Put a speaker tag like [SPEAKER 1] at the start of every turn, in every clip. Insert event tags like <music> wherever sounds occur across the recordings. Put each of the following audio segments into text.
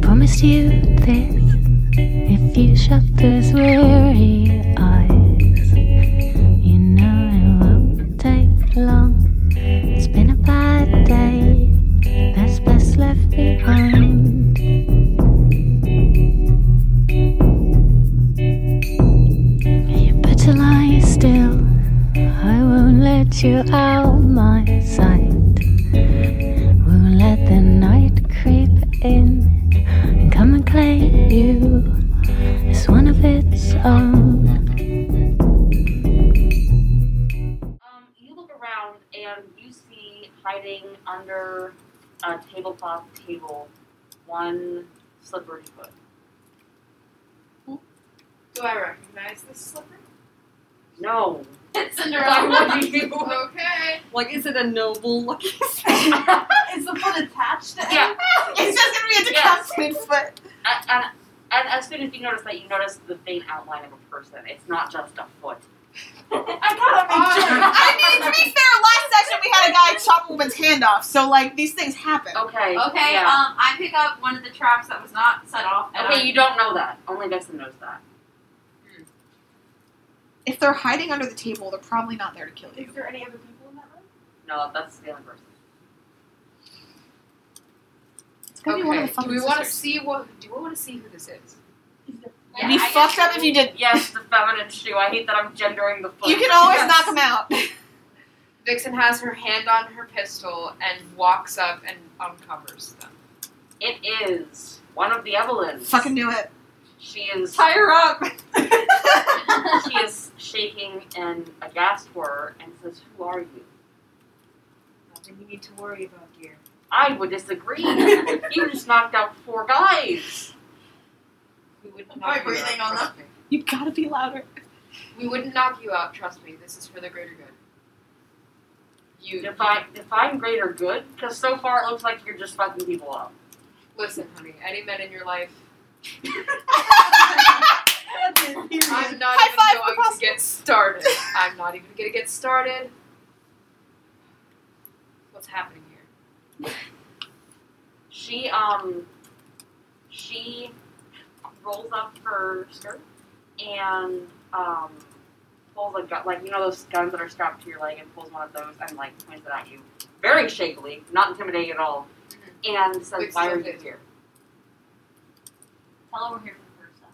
[SPEAKER 1] promised you this if you shut those weary eyes. You know it won't take long. It's been a bad day. There's best left behind. You better lie still. I won't let you out my sight. Won't let the night creep in and come and claim you as one of its own.
[SPEAKER 2] Um, you look around and you see hiding under a tablecloth table one slippery foot.
[SPEAKER 3] Do I recognize this
[SPEAKER 4] <laughs>
[SPEAKER 3] slipper?
[SPEAKER 2] <laughs> No.
[SPEAKER 3] <laughs> Cinderella.
[SPEAKER 2] <laughs>
[SPEAKER 3] okay.
[SPEAKER 5] Like, is it a noble looking?
[SPEAKER 6] Is the foot attached to
[SPEAKER 2] Yeah.
[SPEAKER 6] It's just gonna be a
[SPEAKER 2] Yes.
[SPEAKER 6] decapitated foot.
[SPEAKER 2] And, and, and as soon as you notice that, you notice the faint outline of a person. It's not just a foot.
[SPEAKER 6] I gotta
[SPEAKER 3] make sure.
[SPEAKER 6] <laughs> I
[SPEAKER 3] <laughs>
[SPEAKER 6] mean, to be fair, last session we had a guy chop a woman's hand off, so like these things happen.
[SPEAKER 2] Okay.
[SPEAKER 4] Okay,
[SPEAKER 2] Yeah.
[SPEAKER 4] um, I pick up one of the traps that was not set off. and
[SPEAKER 2] okay,
[SPEAKER 4] I-
[SPEAKER 2] you don't know that. Only Vixen knows that.
[SPEAKER 6] If they're hiding under the table, they're probably not there to kill you.
[SPEAKER 3] Is there any other people in that room?
[SPEAKER 2] No, that's the only person.
[SPEAKER 6] It's gonna
[SPEAKER 3] okay.
[SPEAKER 6] be one of the fucking
[SPEAKER 3] do we want to
[SPEAKER 6] sisters.
[SPEAKER 3] see what? Do we want to see who this is?
[SPEAKER 4] Yeah,
[SPEAKER 6] It'd be
[SPEAKER 4] I
[SPEAKER 6] fucked
[SPEAKER 4] guess-
[SPEAKER 6] up if you didn't.
[SPEAKER 2] Yes, the feminine shoe. I hate that I'm gendering the foot.
[SPEAKER 6] You can always
[SPEAKER 3] Yes.
[SPEAKER 6] knock them out. <laughs>
[SPEAKER 3] Vixen has her hand on her pistol and walks up and uncovers them.
[SPEAKER 2] It is one of the Evelyns.
[SPEAKER 6] Fucking do it.
[SPEAKER 2] She is.
[SPEAKER 5] Tie her up.
[SPEAKER 2] she is shaking and aghast for her and says, Who are you?
[SPEAKER 3] Nothing you need to worry about, dear.
[SPEAKER 2] I would disagree. you just knocked out four guys.
[SPEAKER 3] We wouldn't
[SPEAKER 4] Probably
[SPEAKER 3] knock you
[SPEAKER 4] breathing
[SPEAKER 3] out,
[SPEAKER 4] on
[SPEAKER 3] trust me.
[SPEAKER 6] <laughs> You gotta be louder.
[SPEAKER 3] We wouldn't knock you out, trust me. This is for the greater good. You
[SPEAKER 2] Define, define greater good, because so far it looks like you're just fucking people up.
[SPEAKER 3] listen, honey. Any men in your life,
[SPEAKER 6] Period.
[SPEAKER 3] <laughs> I'm not
[SPEAKER 6] High five for
[SPEAKER 3] even going to
[SPEAKER 6] possible. <laughs>
[SPEAKER 3] get started. I'm not even going to get started. What's happening here?
[SPEAKER 2] She, um, she rolls up her skirt and, um, pulls a gun, like, you know those guns that are strapped to your leg and pulls one of those and, like, points it at you. Very shakily, not intimidating at all,
[SPEAKER 4] Mm-hmm.
[SPEAKER 2] and says,
[SPEAKER 3] Wait,
[SPEAKER 2] Why
[SPEAKER 3] so
[SPEAKER 2] are you
[SPEAKER 3] did-
[SPEAKER 2] here?
[SPEAKER 4] Tell her we're here for first time.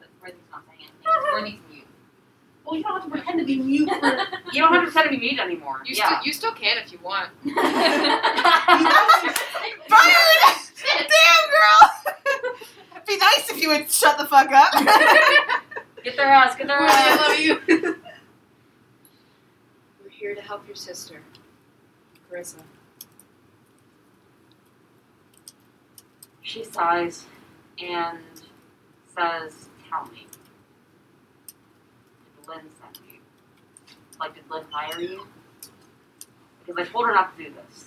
[SPEAKER 4] That's what I would say.
[SPEAKER 2] But Worthy's not saying anything.
[SPEAKER 4] Worthy's mute.
[SPEAKER 6] Well, you don't have to pretend to be mute. you know
[SPEAKER 2] You don't have to pretend to be mute anymore.
[SPEAKER 3] <laughs> You,
[SPEAKER 2] yeah.
[SPEAKER 3] still, you still can if you <laughs> want.
[SPEAKER 6] Burn! Damn, girl! <laughs> It'd be nice if you would shut the fuck up.
[SPEAKER 2] <laughs> Get their ass,
[SPEAKER 4] <laughs>
[SPEAKER 2] get their
[SPEAKER 3] I
[SPEAKER 2] ass.
[SPEAKER 3] love <laughs> you. We're here to help your sister, Carissa.
[SPEAKER 2] She sighs and says, Tell me. Did Lynn send you? Like, did Lynn hire you? Because I told her not to do this.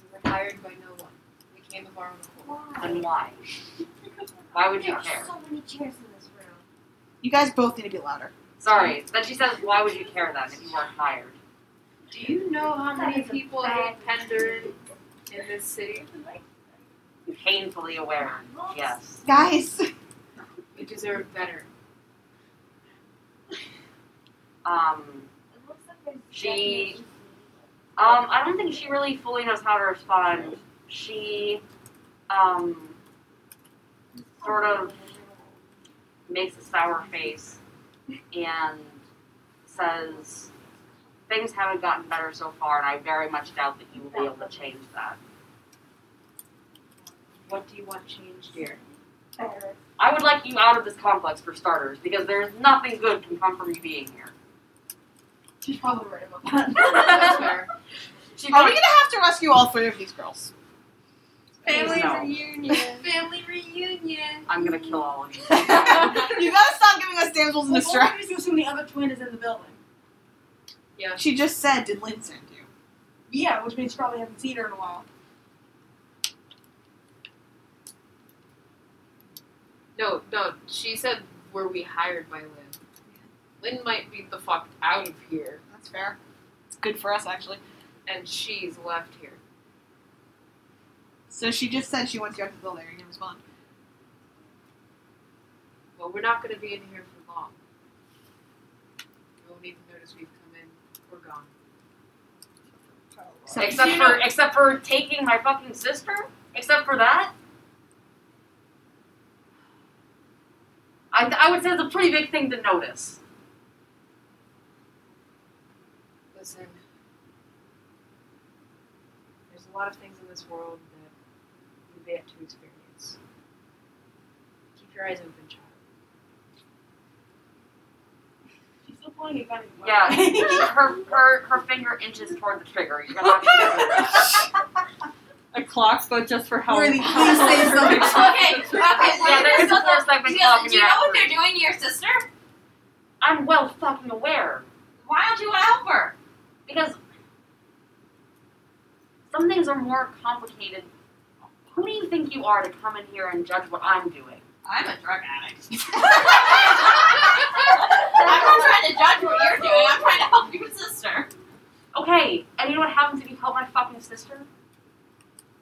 [SPEAKER 3] We were hired by no one. We came of our own accord.
[SPEAKER 2] And why? Why would you care?
[SPEAKER 7] so many chairs in this room.
[SPEAKER 6] you guys both need to be louder.
[SPEAKER 2] Sorry. Then she says, Why would you care then if you weren't hired?
[SPEAKER 3] Do you know how
[SPEAKER 7] That
[SPEAKER 3] many
[SPEAKER 7] is a
[SPEAKER 3] people hate
[SPEAKER 7] bad-
[SPEAKER 3] Pendern in this city?
[SPEAKER 2] Painfully aware. Yes.
[SPEAKER 6] Guys,
[SPEAKER 3] We deserve better.
[SPEAKER 2] Um. She- Um, I don't think she really fully knows how to respond. She, um, sort of makes a sour face and says, Things haven't gotten better so far, and I very much doubt that you will be able to change that.
[SPEAKER 3] What do you <laughs> want changed, dear?
[SPEAKER 7] Better.
[SPEAKER 2] I would like you out of this complex for starters, because there's nothing good can come from you being here.
[SPEAKER 6] she's probably right about that. <laughs>
[SPEAKER 3] That's fair.
[SPEAKER 2] <laughs> She
[SPEAKER 6] Are we
[SPEAKER 2] probably-
[SPEAKER 6] gonna have to rescue all three of these girls?
[SPEAKER 2] Family No.
[SPEAKER 4] reunion.
[SPEAKER 3] Family reunion.
[SPEAKER 2] I'm gonna kill all of you.
[SPEAKER 6] <laughs> you gotta stop giving us damsels in
[SPEAKER 7] Well,
[SPEAKER 6] distress.
[SPEAKER 7] only because the other twin is in the building.
[SPEAKER 3] Yeah.
[SPEAKER 6] She just said, "Did Lynn send you?"
[SPEAKER 7] Yeah, which means you probably haven't seen her in a while.
[SPEAKER 3] No, no. She said, "Were we hired by Lynn?" Lynn might be the fuck out of here,
[SPEAKER 6] That's fair. It's good for us, actually.
[SPEAKER 3] and she's left here.
[SPEAKER 6] So she just said she wants you out of the building. Are you gonna respond?
[SPEAKER 8] Well, we're not going to be in here for long. No one even notice we've come in. We're gone.
[SPEAKER 6] So
[SPEAKER 2] except
[SPEAKER 6] you
[SPEAKER 2] for except for taking my fucking sister. Except for that. I, I would say it's a pretty big thing to notice.
[SPEAKER 8] Listen, there's a lot of things in this world that you've yet to experience. Keep your eyes open, child.
[SPEAKER 7] She's still pointing at Bunny.
[SPEAKER 2] Yeah, her, her her finger inches toward the trigger. You're gonna have to
[SPEAKER 3] A clock, but just for how
[SPEAKER 6] Worthy,
[SPEAKER 3] how <laughs>
[SPEAKER 6] please say
[SPEAKER 3] long-
[SPEAKER 6] something.
[SPEAKER 9] Okay, okay.
[SPEAKER 2] Yeah, there is a four
[SPEAKER 9] Do
[SPEAKER 2] segment
[SPEAKER 9] you,
[SPEAKER 2] clock. in
[SPEAKER 9] do you
[SPEAKER 2] your
[SPEAKER 9] know what
[SPEAKER 2] afternoon.
[SPEAKER 9] they're doing to
[SPEAKER 3] <laughs>
[SPEAKER 9] your sister?
[SPEAKER 2] I'm well fucking aware
[SPEAKER 9] Why don't you want to help her?
[SPEAKER 2] because some things are more complicated. Who do you think you are to come in here and judge what I'm doing?
[SPEAKER 9] I'm a drug addict. I'm not trying to judge what you're doing. I'm trying to help your sister.
[SPEAKER 2] Okay, and you know what happens if you help my fucking sister?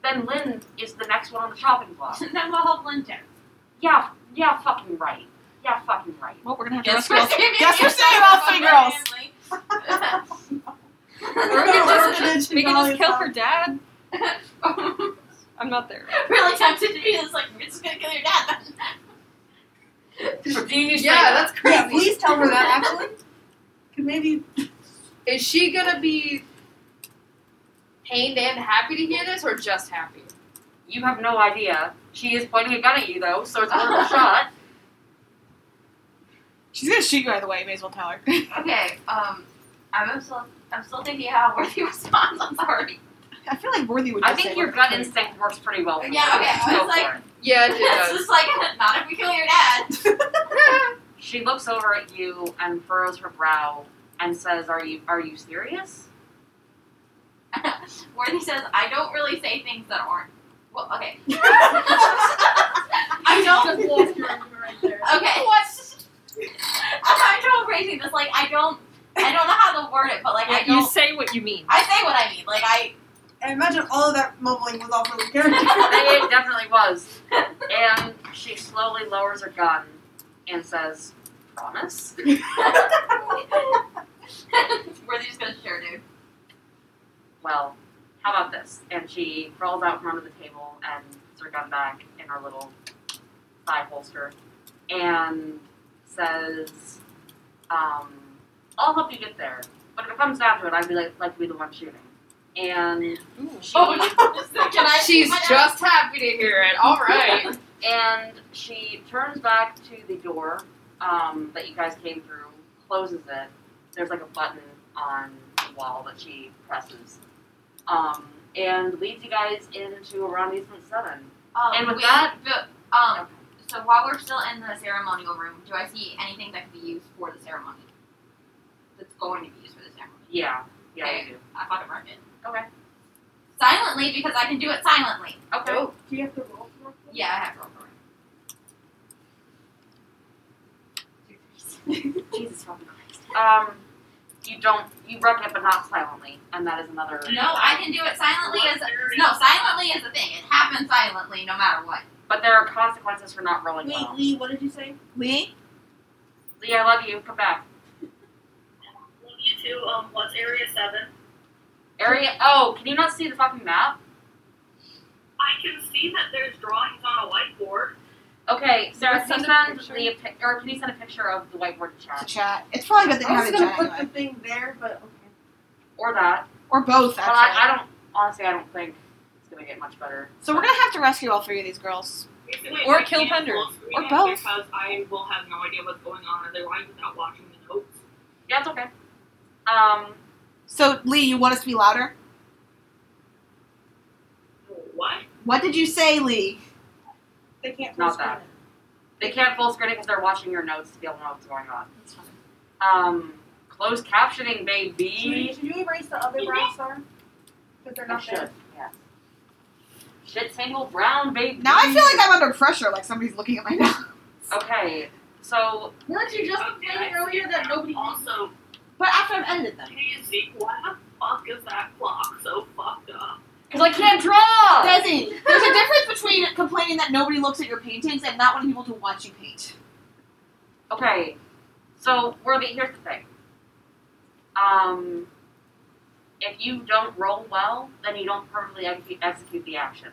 [SPEAKER 2] Then Lynn is the next one on the chopping block.
[SPEAKER 9] then we'll help Lynn too.
[SPEAKER 2] Yeah, yeah, fucking right. Yeah, fucking right.
[SPEAKER 3] Well, we're gonna have to
[SPEAKER 9] Guess
[SPEAKER 3] rescue
[SPEAKER 9] we're
[SPEAKER 3] all.
[SPEAKER 9] saving
[SPEAKER 6] Guess we're saving all three girls.
[SPEAKER 3] We're
[SPEAKER 9] girls.
[SPEAKER 3] gonna
[SPEAKER 6] <laughs> We're gonna
[SPEAKER 3] just, we can
[SPEAKER 6] all
[SPEAKER 3] just kill
[SPEAKER 6] yourself.
[SPEAKER 3] her dad. I'm not there.
[SPEAKER 9] really tempted to do this. Like, we're just gonna kill your dad. Then.
[SPEAKER 8] Yeah, that's crazy.
[SPEAKER 6] Yeah, please tell her that. Actually,
[SPEAKER 3] Could maybe
[SPEAKER 8] Is she gonna be pained and happy to hear this, or just happy?
[SPEAKER 2] You have no idea. She is pointing a gun at you though, so it's
[SPEAKER 9] <laughs>
[SPEAKER 2] worth a shot.
[SPEAKER 6] she's gonna shoot you either way. You may as well tell her. <laughs>
[SPEAKER 9] Okay. Um, I'm still, I'm still thinking how worthy <laughs> response. I'm <laughs> sorry.
[SPEAKER 6] I feel like Worthy would.
[SPEAKER 2] I
[SPEAKER 6] Just
[SPEAKER 2] think
[SPEAKER 6] say
[SPEAKER 2] your
[SPEAKER 6] what-
[SPEAKER 2] gut instinct works pretty well. For
[SPEAKER 9] Yeah,
[SPEAKER 2] that.
[SPEAKER 9] okay, I
[SPEAKER 2] Go
[SPEAKER 9] was
[SPEAKER 2] for
[SPEAKER 9] like-
[SPEAKER 2] it.
[SPEAKER 3] <laughs>
[SPEAKER 8] Yeah, it
[SPEAKER 9] it's
[SPEAKER 8] does.
[SPEAKER 9] just like not if we kill your dad.
[SPEAKER 2] She looks over at you and furrows her brow and says, "Are you are you
[SPEAKER 9] <laughs>
[SPEAKER 2] serious?"
[SPEAKER 9] <laughs> Worthy says, I don't really say things that aren't. Well, <laughs> okay.
[SPEAKER 7] I
[SPEAKER 9] I don't.
[SPEAKER 7] Just lost your argument right there.
[SPEAKER 9] Okay. What? I'm having trouble phrasing this. Like, I don't. I don't know how to word it, but like, I
[SPEAKER 3] you
[SPEAKER 9] don't.
[SPEAKER 3] say what you mean.
[SPEAKER 9] I say what I mean. Like, I.
[SPEAKER 6] <laughs> I imagine all of that mumbling was also the character.
[SPEAKER 2] <laughs>
[SPEAKER 6] <laughs>
[SPEAKER 2] it definitely was. And she slowly lowers her gun and says, "Promise."
[SPEAKER 9] Worthy just goes, sure, dude.
[SPEAKER 2] Well, how about this? And she rolls out from under the table and puts her gun back in her little thigh holster and says, um, I'll help you get there. But if it comes down to it, I'd be like, like to be the one shooting. And she
[SPEAKER 9] <laughs> Can I
[SPEAKER 8] She's
[SPEAKER 9] can I-
[SPEAKER 8] just happy to hear it. All right.
[SPEAKER 2] and she turns back to the door um, that you guys came through, closes it. There's like a button on the wall that she presses, um, and leads you guys into around basement seven.
[SPEAKER 9] Um,
[SPEAKER 2] And with
[SPEAKER 9] we-
[SPEAKER 2] that-
[SPEAKER 9] but, um. So while we're still in the ceremonial room, do I see anything that can be used for the ceremony? That's going to be used for the ceremony.
[SPEAKER 2] Yeah, yeah, you do.
[SPEAKER 9] I fucking marked it.
[SPEAKER 2] Okay.
[SPEAKER 9] Silently because I can do it silently.
[SPEAKER 2] Okay.
[SPEAKER 7] Do you have to roll for it?
[SPEAKER 9] Yeah, I have roll for it. Jesus fucking Christ.
[SPEAKER 2] Um, you don't. You rub it, but not silently, and that is another.
[SPEAKER 9] No, I can do it silently. Is no, silently is the thing. It happens silently, no matter what.
[SPEAKER 2] But there are consequences for not rolling
[SPEAKER 7] Wait,
[SPEAKER 2] well.
[SPEAKER 7] Lee, what did you say?
[SPEAKER 6] Lee,
[SPEAKER 2] Lee, I love you. Come back.
[SPEAKER 10] Love you too. Um, what's Area 7?
[SPEAKER 2] Area. Oh, can you not see the fucking map?
[SPEAKER 10] I can see that there's drawings on a whiteboard.
[SPEAKER 2] Okay, Sarah,
[SPEAKER 3] Let's
[SPEAKER 2] can you
[SPEAKER 3] send a
[SPEAKER 2] send Lee a pic- or can you send a picture of the whiteboard to
[SPEAKER 6] the
[SPEAKER 2] chat
[SPEAKER 6] chat. It's probably good they
[SPEAKER 7] I
[SPEAKER 6] have a
[SPEAKER 7] was gonna
[SPEAKER 6] chat
[SPEAKER 7] put
[SPEAKER 6] anyway.
[SPEAKER 7] the thing there, but
[SPEAKER 2] or that?
[SPEAKER 6] or both.
[SPEAKER 2] Well,
[SPEAKER 6] Actually,
[SPEAKER 2] I, I don't honestly. I don't think it's gonna get much better.
[SPEAKER 6] so we're gonna have to rescue all three of these girls.
[SPEAKER 10] Basically,
[SPEAKER 3] Or
[SPEAKER 10] I
[SPEAKER 3] kill
[SPEAKER 10] can't
[SPEAKER 3] Bender.
[SPEAKER 10] full screen
[SPEAKER 6] Or
[SPEAKER 10] it
[SPEAKER 6] both.
[SPEAKER 10] Because I will have no idea what's going on otherwise without watching the notes.
[SPEAKER 2] Yeah, it's okay. Um,
[SPEAKER 6] So Lee, you want us to be louder?
[SPEAKER 10] What?
[SPEAKER 6] What did you say, Lee?
[SPEAKER 7] they can't
[SPEAKER 2] Not
[SPEAKER 7] full screen
[SPEAKER 2] that.
[SPEAKER 7] it.
[SPEAKER 2] they can't full screen it because they're watching your notes to be able to know what's going on. Um, closed captioning,
[SPEAKER 7] Should, we,
[SPEAKER 2] baby.
[SPEAKER 7] should you erase the other brown star? Because they're
[SPEAKER 2] I
[SPEAKER 7] not
[SPEAKER 2] should.
[SPEAKER 7] there.
[SPEAKER 2] Yeah. Shit single brown, baby.
[SPEAKER 6] Now I feel like I'm under pressure. Like somebody's looking at my <laughs> nose.
[SPEAKER 2] Okay, so
[SPEAKER 7] Weren't you just
[SPEAKER 10] Okay,
[SPEAKER 7] saying
[SPEAKER 10] I
[SPEAKER 7] earlier
[SPEAKER 10] see
[SPEAKER 7] that nobody
[SPEAKER 10] Also,
[SPEAKER 7] But after I've edited them.
[SPEAKER 10] hey Zeke, why the fuck is that clock so fucked up?
[SPEAKER 2] Because I can't
[SPEAKER 9] Oh.
[SPEAKER 2] draw!
[SPEAKER 6] Desi,
[SPEAKER 9] <laughs>
[SPEAKER 6] there's a difference between complaining that nobody looks at your paintings and not wanting people to watch you paint.
[SPEAKER 2] Okay, so Worthy, here's the thing. Um, if you don't roll well, then you don't perfectly execute, execute the action.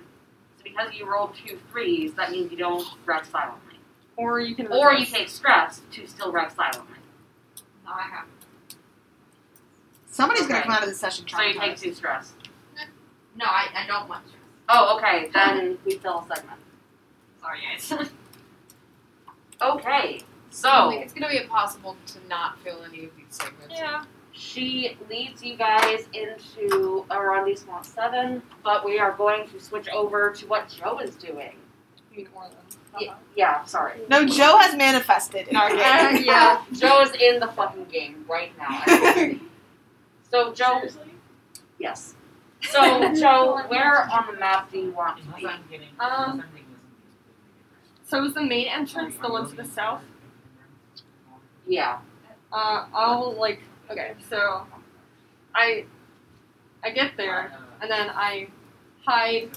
[SPEAKER 2] So because you rolled two threes, that means you don't wreck silently,
[SPEAKER 3] Or you can.
[SPEAKER 2] or you
[SPEAKER 3] resist.
[SPEAKER 2] take stress to still wreck silently.
[SPEAKER 9] No, Oh, I have.
[SPEAKER 6] Somebody's gonna
[SPEAKER 2] Okay.
[SPEAKER 6] come out of this session
[SPEAKER 2] So you take
[SPEAKER 6] traumatized.
[SPEAKER 2] two stress.
[SPEAKER 9] No, I, I don't want stress.
[SPEAKER 2] Oh, okay, then we fill a segment.
[SPEAKER 9] Sorry, guys.
[SPEAKER 2] Okay,
[SPEAKER 3] Oh,
[SPEAKER 8] Like,
[SPEAKER 2] so
[SPEAKER 8] it's gonna be impossible to not fill any of these segments.
[SPEAKER 3] Yeah.
[SPEAKER 2] she leads you guys into a arrondissement seven, but we are going to switch over to what Joe is doing.
[SPEAKER 3] I mean, Orland.
[SPEAKER 2] Yeah, yeah sorry.
[SPEAKER 6] No, Joe has manifested in
[SPEAKER 2] <laughs>
[SPEAKER 6] our
[SPEAKER 3] <laughs>
[SPEAKER 6] game.
[SPEAKER 3] yeah.
[SPEAKER 2] Joe is in the fucking game right now.
[SPEAKER 3] <laughs>
[SPEAKER 2] so Joe, yes. So Joe, where on the map do you want to be?
[SPEAKER 3] Um, So is the main entrance the one to the south?
[SPEAKER 2] Yeah.
[SPEAKER 3] Uh, I'll like. Okay, so I I get there and then I hide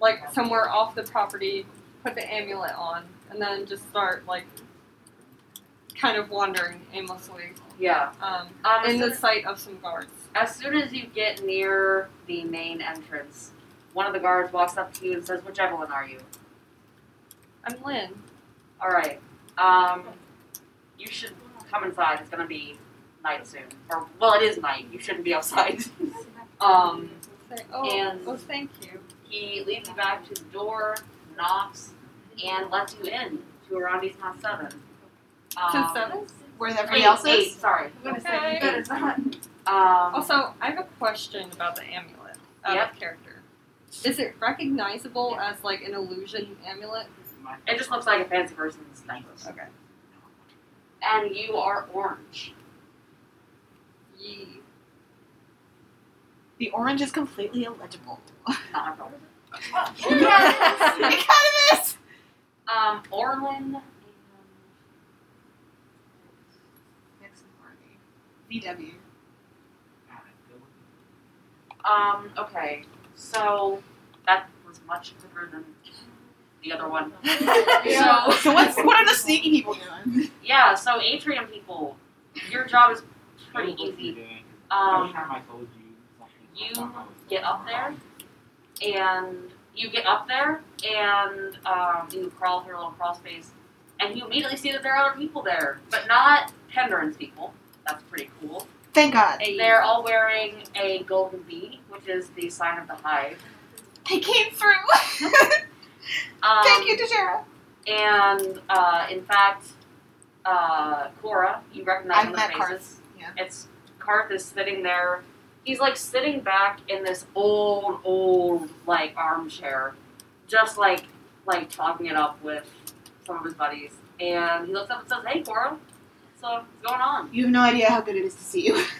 [SPEAKER 3] like somewhere off the property, put the amulet on, and then just start like kind of wandering aimlessly
[SPEAKER 2] Yeah.
[SPEAKER 3] um,
[SPEAKER 2] Um,
[SPEAKER 3] in
[SPEAKER 2] as, soon,
[SPEAKER 3] the sight of some guards.
[SPEAKER 2] as soon as you get near the main entrance, one of the guards walks up to you and says, "Which Evelyn are you?"
[SPEAKER 3] I'm Lynn.
[SPEAKER 2] All right. Um, you should come inside. It's gonna be night soon, or well, it is night. You shouldn't be outside. <laughs> um.
[SPEAKER 3] Say, oh,
[SPEAKER 2] And-
[SPEAKER 3] oh, thank you.
[SPEAKER 2] He leads you back to the door, knocks, and lets you in to around East Mount 7. Um,
[SPEAKER 3] To seven.
[SPEAKER 6] <laughs> Where
[SPEAKER 2] Eight,
[SPEAKER 6] everybody else
[SPEAKER 2] eight,
[SPEAKER 6] is.
[SPEAKER 2] sorry.
[SPEAKER 7] I'm gonna
[SPEAKER 3] Okay.
[SPEAKER 7] say you better not.
[SPEAKER 2] Um,
[SPEAKER 3] Also, I have a question about the amulet Uh, out
[SPEAKER 2] Yep.
[SPEAKER 3] of character. Is it recognizable as like an illusion amulet?
[SPEAKER 2] it just looks like a fancy person's necklace.
[SPEAKER 3] Okay.
[SPEAKER 2] And you are orange.
[SPEAKER 3] Ye.
[SPEAKER 6] The orange is completely illegible.
[SPEAKER 2] Not a
[SPEAKER 9] <laughs>
[SPEAKER 6] <laughs> it kind of is.
[SPEAKER 2] Um, Orlin and
[SPEAKER 6] VW.
[SPEAKER 2] Um, okay. So that was much quicker than the other one.
[SPEAKER 7] Yeah.
[SPEAKER 2] So
[SPEAKER 6] So what's what are the sneaky people doing?
[SPEAKER 2] yeah, so atrium people, your job is pretty easy. Um you get up there and you get up there and um, you crawl through a little crawl space and you immediately see that there are other people there, but not Penderin's people. That's pretty cool.
[SPEAKER 6] Thank God.
[SPEAKER 2] They're all wearing a golden bee, which is the sign of the hive.
[SPEAKER 6] They came through.
[SPEAKER 2] Um,
[SPEAKER 6] Thank you, Dejera.
[SPEAKER 2] And uh, in fact, uh, Cora, you recognize
[SPEAKER 6] I've
[SPEAKER 2] the
[SPEAKER 6] met
[SPEAKER 2] faces.
[SPEAKER 6] Karth. Yeah.
[SPEAKER 2] It's Karth is sitting there. He's like sitting back in this old, old like armchair, just like like talking it up with some of his buddies. And he looks up and says, "Hey, Cora, so what's going on?"
[SPEAKER 6] You have no idea how good it is to see you. <laughs>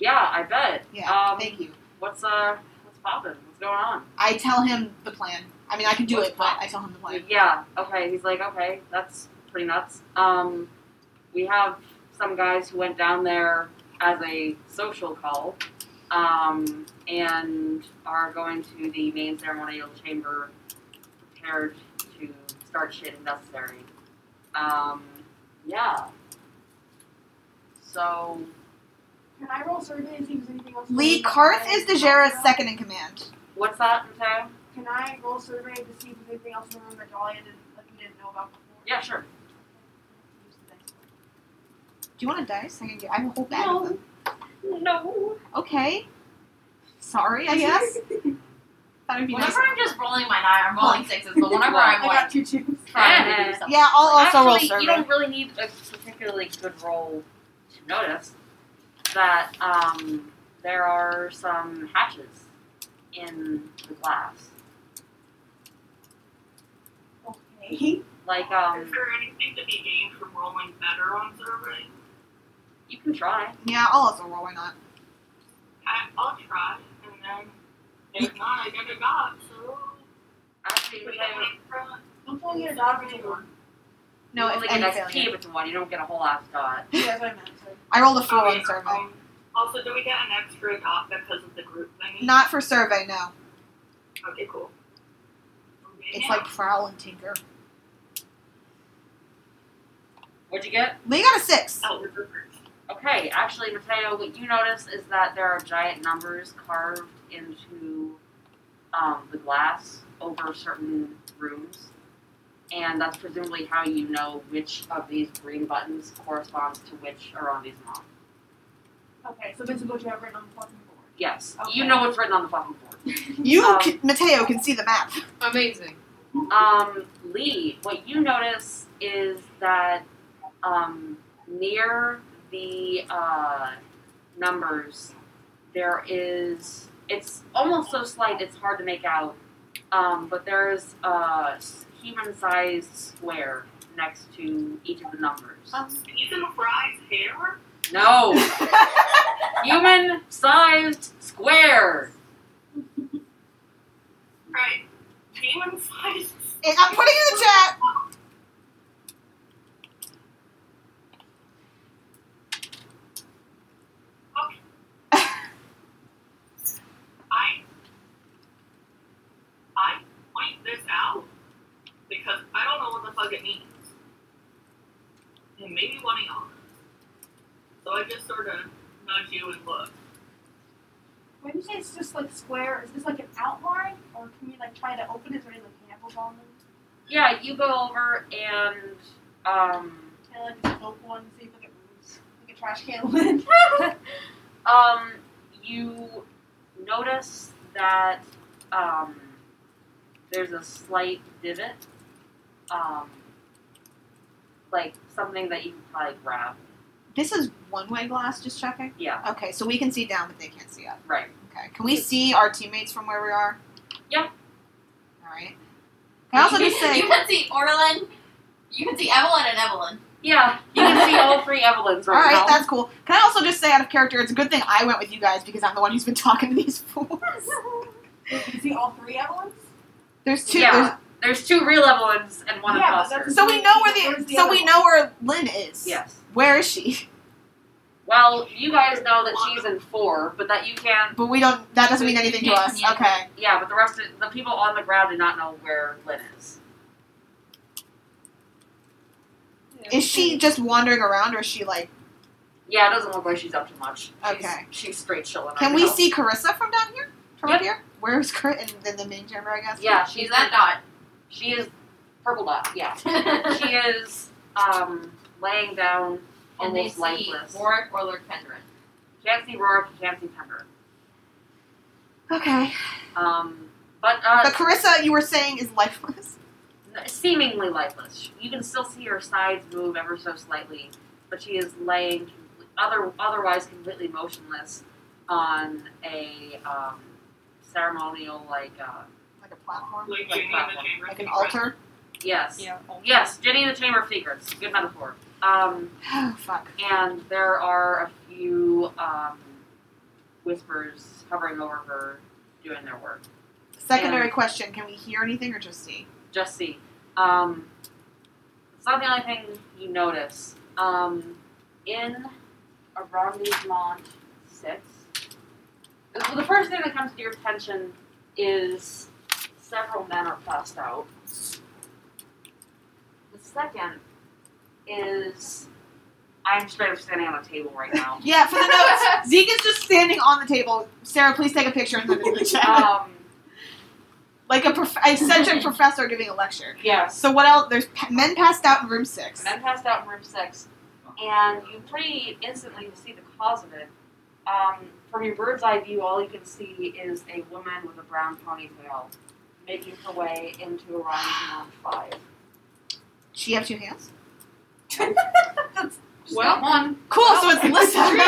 [SPEAKER 2] Yeah, I bet.
[SPEAKER 6] Yeah.
[SPEAKER 2] Um,
[SPEAKER 6] thank you.
[SPEAKER 2] What's uh, what's poppin'? What's going on?
[SPEAKER 6] I tell him the plan. I mean, I can do it, but I tell him the plan.
[SPEAKER 2] Yeah. Okay. He's like, okay, that's pretty nuts. Um, we have some guys who went down there as a social call, um, and are going to the main ceremonial chamber prepared to start shit if necessary. Um, yeah. So
[SPEAKER 7] Can I roll survey and see if there's anything else?
[SPEAKER 6] Lee
[SPEAKER 7] going
[SPEAKER 6] Karth
[SPEAKER 7] on?
[SPEAKER 6] is Dejera's second in command.
[SPEAKER 2] what's that, Mateo?
[SPEAKER 7] Can I roll survey to see if there's anything else in the room that Dahlia didn't, like, we didn't know about before?
[SPEAKER 2] Yeah, sure.
[SPEAKER 7] Use the next one.
[SPEAKER 6] Do you want a dice? I can get. I have a whole bag of them.
[SPEAKER 2] No.
[SPEAKER 6] Okay. Sorry,
[SPEAKER 2] <laughs>
[SPEAKER 6] I guess. Thought it'd be nice.
[SPEAKER 9] Whenever I'm just rolling my nine, I'm rolling sixes, but whenever
[SPEAKER 2] Right.
[SPEAKER 9] I'm
[SPEAKER 7] I got
[SPEAKER 9] like
[SPEAKER 7] two twos.
[SPEAKER 9] trying to do something.
[SPEAKER 6] Yeah, I'll also roll
[SPEAKER 2] Actually,
[SPEAKER 6] survey.
[SPEAKER 2] you don't really need a particularly good roll to notice that um, there are some hatches in the glass.
[SPEAKER 7] Okay.
[SPEAKER 2] Like, um,
[SPEAKER 10] Is there anything to be gained from rolling better on survey?
[SPEAKER 2] you can try.
[SPEAKER 6] Yeah, I'll also roll. Why not?
[SPEAKER 10] I, I'll try, and then if not, I get a god. So
[SPEAKER 2] Actually,
[SPEAKER 10] we
[SPEAKER 2] we
[SPEAKER 10] get
[SPEAKER 2] have
[SPEAKER 10] it from
[SPEAKER 7] I'm pulling in a dot if you want.
[SPEAKER 6] No,
[SPEAKER 2] you
[SPEAKER 6] it's
[SPEAKER 2] only
[SPEAKER 6] any
[SPEAKER 2] get an XP
[SPEAKER 6] failure.
[SPEAKER 2] if it's a one. You don't get a whole ass dot.
[SPEAKER 7] Yeah, that's what I meant. Sorry.
[SPEAKER 6] I rolled a four
[SPEAKER 10] Okay,
[SPEAKER 6] on survey.
[SPEAKER 10] um, Also, do we get an extra dot because of the group thing?
[SPEAKER 6] Not for survey, no.
[SPEAKER 10] Okay, cool. Moving
[SPEAKER 6] It's
[SPEAKER 10] out.
[SPEAKER 6] like Prowl and Tinker.
[SPEAKER 2] What'd you get?
[SPEAKER 6] They got a six.
[SPEAKER 2] Um,
[SPEAKER 10] Oh, river first.
[SPEAKER 2] Okay, actually, Mateo, what you notice is that there are giant numbers carved into um, the glass over certain rooms, and that's presumably how you know which of these green buttons corresponds to which are on these knobs.
[SPEAKER 7] Okay, so this is what you have written on the fucking board.
[SPEAKER 2] Yes, you
[SPEAKER 7] Okay.
[SPEAKER 2] know what's written on the fucking board.
[SPEAKER 6] You,
[SPEAKER 2] Um,
[SPEAKER 6] can, Mateo, can see
[SPEAKER 2] <laughs>
[SPEAKER 6] the map. <laughs>
[SPEAKER 8] Amazing.
[SPEAKER 2] Um, Lee, what you notice is that um, near the uh, numbers, there is, it's almost so slight it's hard to make out, um, but there's a human sized square next to each of the numbers.
[SPEAKER 10] Um. Ethan Fry's hair?
[SPEAKER 2] No! human sized square!
[SPEAKER 10] Right. Demon sized.
[SPEAKER 6] And I'm putting it in the chat.
[SPEAKER 10] I. I point this out because I don't know what the fuck it means. And maybe one of y'all. knows. So I just sort of nudge you and look.
[SPEAKER 7] When you say it's just like square, is this like an outline, or can we like try to open it? Is there any like handles on them?
[SPEAKER 2] Yeah, you go over and, um,
[SPEAKER 7] Kind of like this open one, see if like it moves, like a trash can <laughs> lid.
[SPEAKER 2] Um, you notice that um, there's a slight divot, um, like something that you can probably grab.
[SPEAKER 6] This is one-way glass. Just checking.
[SPEAKER 2] Yeah,
[SPEAKER 6] Okay, so we can see down, but they can't see up.
[SPEAKER 2] right.
[SPEAKER 6] Okay. Can we see our teammates from where we are?
[SPEAKER 2] Yeah.
[SPEAKER 6] All right. Can I also
[SPEAKER 9] you,
[SPEAKER 6] just say <laughs>
[SPEAKER 9] <laughs> you can see Orlin, you can see Evelyn and Evelyn.
[SPEAKER 2] Yeah, you can see all three Evelyns
[SPEAKER 6] All
[SPEAKER 2] right,
[SPEAKER 6] right,
[SPEAKER 2] now.
[SPEAKER 6] that's cool. Can I also just say, out of character, it's a good thing I went with you guys because I'm the one who's been <laughs> talking to these fools.
[SPEAKER 7] you see all three Evelyns?
[SPEAKER 6] There's two.
[SPEAKER 2] Yeah, there's two real Evelyns and one
[SPEAKER 7] Yeah, but
[SPEAKER 2] imposter.
[SPEAKER 6] There's,
[SPEAKER 7] that's-
[SPEAKER 6] so we know where the,
[SPEAKER 7] Where's the
[SPEAKER 6] so
[SPEAKER 7] other
[SPEAKER 6] we
[SPEAKER 7] one?
[SPEAKER 6] know where Lynn is.
[SPEAKER 2] Yes.
[SPEAKER 6] Where is she? <laughs>
[SPEAKER 2] Well, you guys know that she's in four, but that you can't.
[SPEAKER 6] But we don't. That doesn't mean anything to us.
[SPEAKER 9] Yeah.
[SPEAKER 6] Okay.
[SPEAKER 2] Yeah, but the rest of the people on the ground do not know where Lynn is.
[SPEAKER 6] Is she just wandering around, or is she like?
[SPEAKER 2] Yeah, it doesn't look like she's up to much. She's-
[SPEAKER 6] Okay.
[SPEAKER 2] She's straight chilling.
[SPEAKER 6] Can
[SPEAKER 2] right
[SPEAKER 6] we
[SPEAKER 2] now.
[SPEAKER 6] see Carissa from down here? From
[SPEAKER 2] Yep.
[SPEAKER 6] up here? Where's Car? And then the main chamber, I guess.
[SPEAKER 2] Yeah, she's
[SPEAKER 9] She's
[SPEAKER 2] in
[SPEAKER 9] that dot.
[SPEAKER 2] She is purple dot. Yeah,
[SPEAKER 9] <laughs>
[SPEAKER 2] she is um, laying down,
[SPEAKER 9] and they
[SPEAKER 2] almost
[SPEAKER 9] see
[SPEAKER 2] lifeless.
[SPEAKER 9] Warwick or Lord Kendron.
[SPEAKER 2] Can't see Rourke, can't see Pember.
[SPEAKER 6] Okay.
[SPEAKER 2] Um, but uh,
[SPEAKER 6] But Carissa, you were saying, is lifeless.
[SPEAKER 2] n- seemingly lifeless. You can still see her sides move ever so slightly, but she is laying comple- other otherwise completely motionless on a um, ceremonial like uh,
[SPEAKER 6] Like a platform,
[SPEAKER 10] Like,
[SPEAKER 2] Like
[SPEAKER 10] Jimmy in
[SPEAKER 2] that
[SPEAKER 10] the
[SPEAKER 2] one.
[SPEAKER 10] chamber.
[SPEAKER 6] like an
[SPEAKER 10] Secrets.
[SPEAKER 6] altar.
[SPEAKER 2] yes,
[SPEAKER 8] Yeah.
[SPEAKER 2] yes, Jenny in the Chamber of Secrets. Good metaphor. Um,
[SPEAKER 6] Oh fuck.
[SPEAKER 2] and there are a few um, whispers hovering over her doing their work.
[SPEAKER 6] Secondary question: Can we hear anything or just see?
[SPEAKER 2] Just see. Um, it's not the only thing you notice. Um, in arrondissement 6, the the first thing that comes to your attention is several men are passed out. The second is I'm straight up standing on a table right
[SPEAKER 6] <laughs>
[SPEAKER 2] now.
[SPEAKER 6] Yeah, for
[SPEAKER 2] <laughs>
[SPEAKER 6] the notes. Zeke is just standing on the table. Sarah, please take a picture and send it
[SPEAKER 2] <laughs>
[SPEAKER 6] in the <laughs> chat.
[SPEAKER 2] um,
[SPEAKER 6] like a prof-
[SPEAKER 2] <laughs>
[SPEAKER 6] eccentric professor giving a lecture.
[SPEAKER 2] yes.
[SPEAKER 6] So what else? There's pa- men passed out in room six.
[SPEAKER 2] Men passed out in room six, and you pretty instantly see the cause of it. Um, from your bird's eye view, all you can see is a woman with a brown ponytail making her way into a round five.
[SPEAKER 6] She have two hands.
[SPEAKER 2] <laughs> She's got one.
[SPEAKER 6] Cool. So it's Lissa.
[SPEAKER 2] Oh,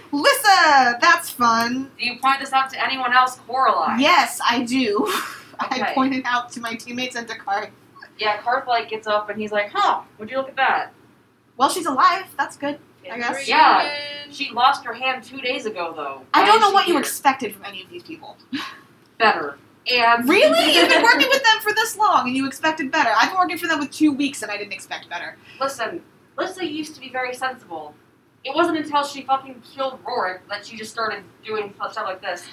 [SPEAKER 2] <laughs> Three.
[SPEAKER 6] Lissa, that's fun.
[SPEAKER 2] Do you point this out to anyone else, Coraline?
[SPEAKER 6] Yes, I do. <laughs> I
[SPEAKER 2] Okay.
[SPEAKER 6] pointed out to my teammates and to Kari.
[SPEAKER 2] Yeah, Carthlight gets up and he's like, "Huh? Would you look at that?
[SPEAKER 6] Well, she's alive. That's good. I guess.
[SPEAKER 2] Yeah. She lost her hand two days ago, though.
[SPEAKER 6] I
[SPEAKER 2] Why
[SPEAKER 6] don't
[SPEAKER 2] is
[SPEAKER 6] know
[SPEAKER 2] she
[SPEAKER 6] what you
[SPEAKER 2] here?
[SPEAKER 6] expected from any of these people.
[SPEAKER 2] better." And <laughs>
[SPEAKER 6] Really? You've been working with them for this long and you expected better. I've been working for them with two weeks and I didn't expect better.
[SPEAKER 2] Listen, Lissa used to be very sensible. It wasn't until she fucking killed Rorik that she just started doing stuff like this.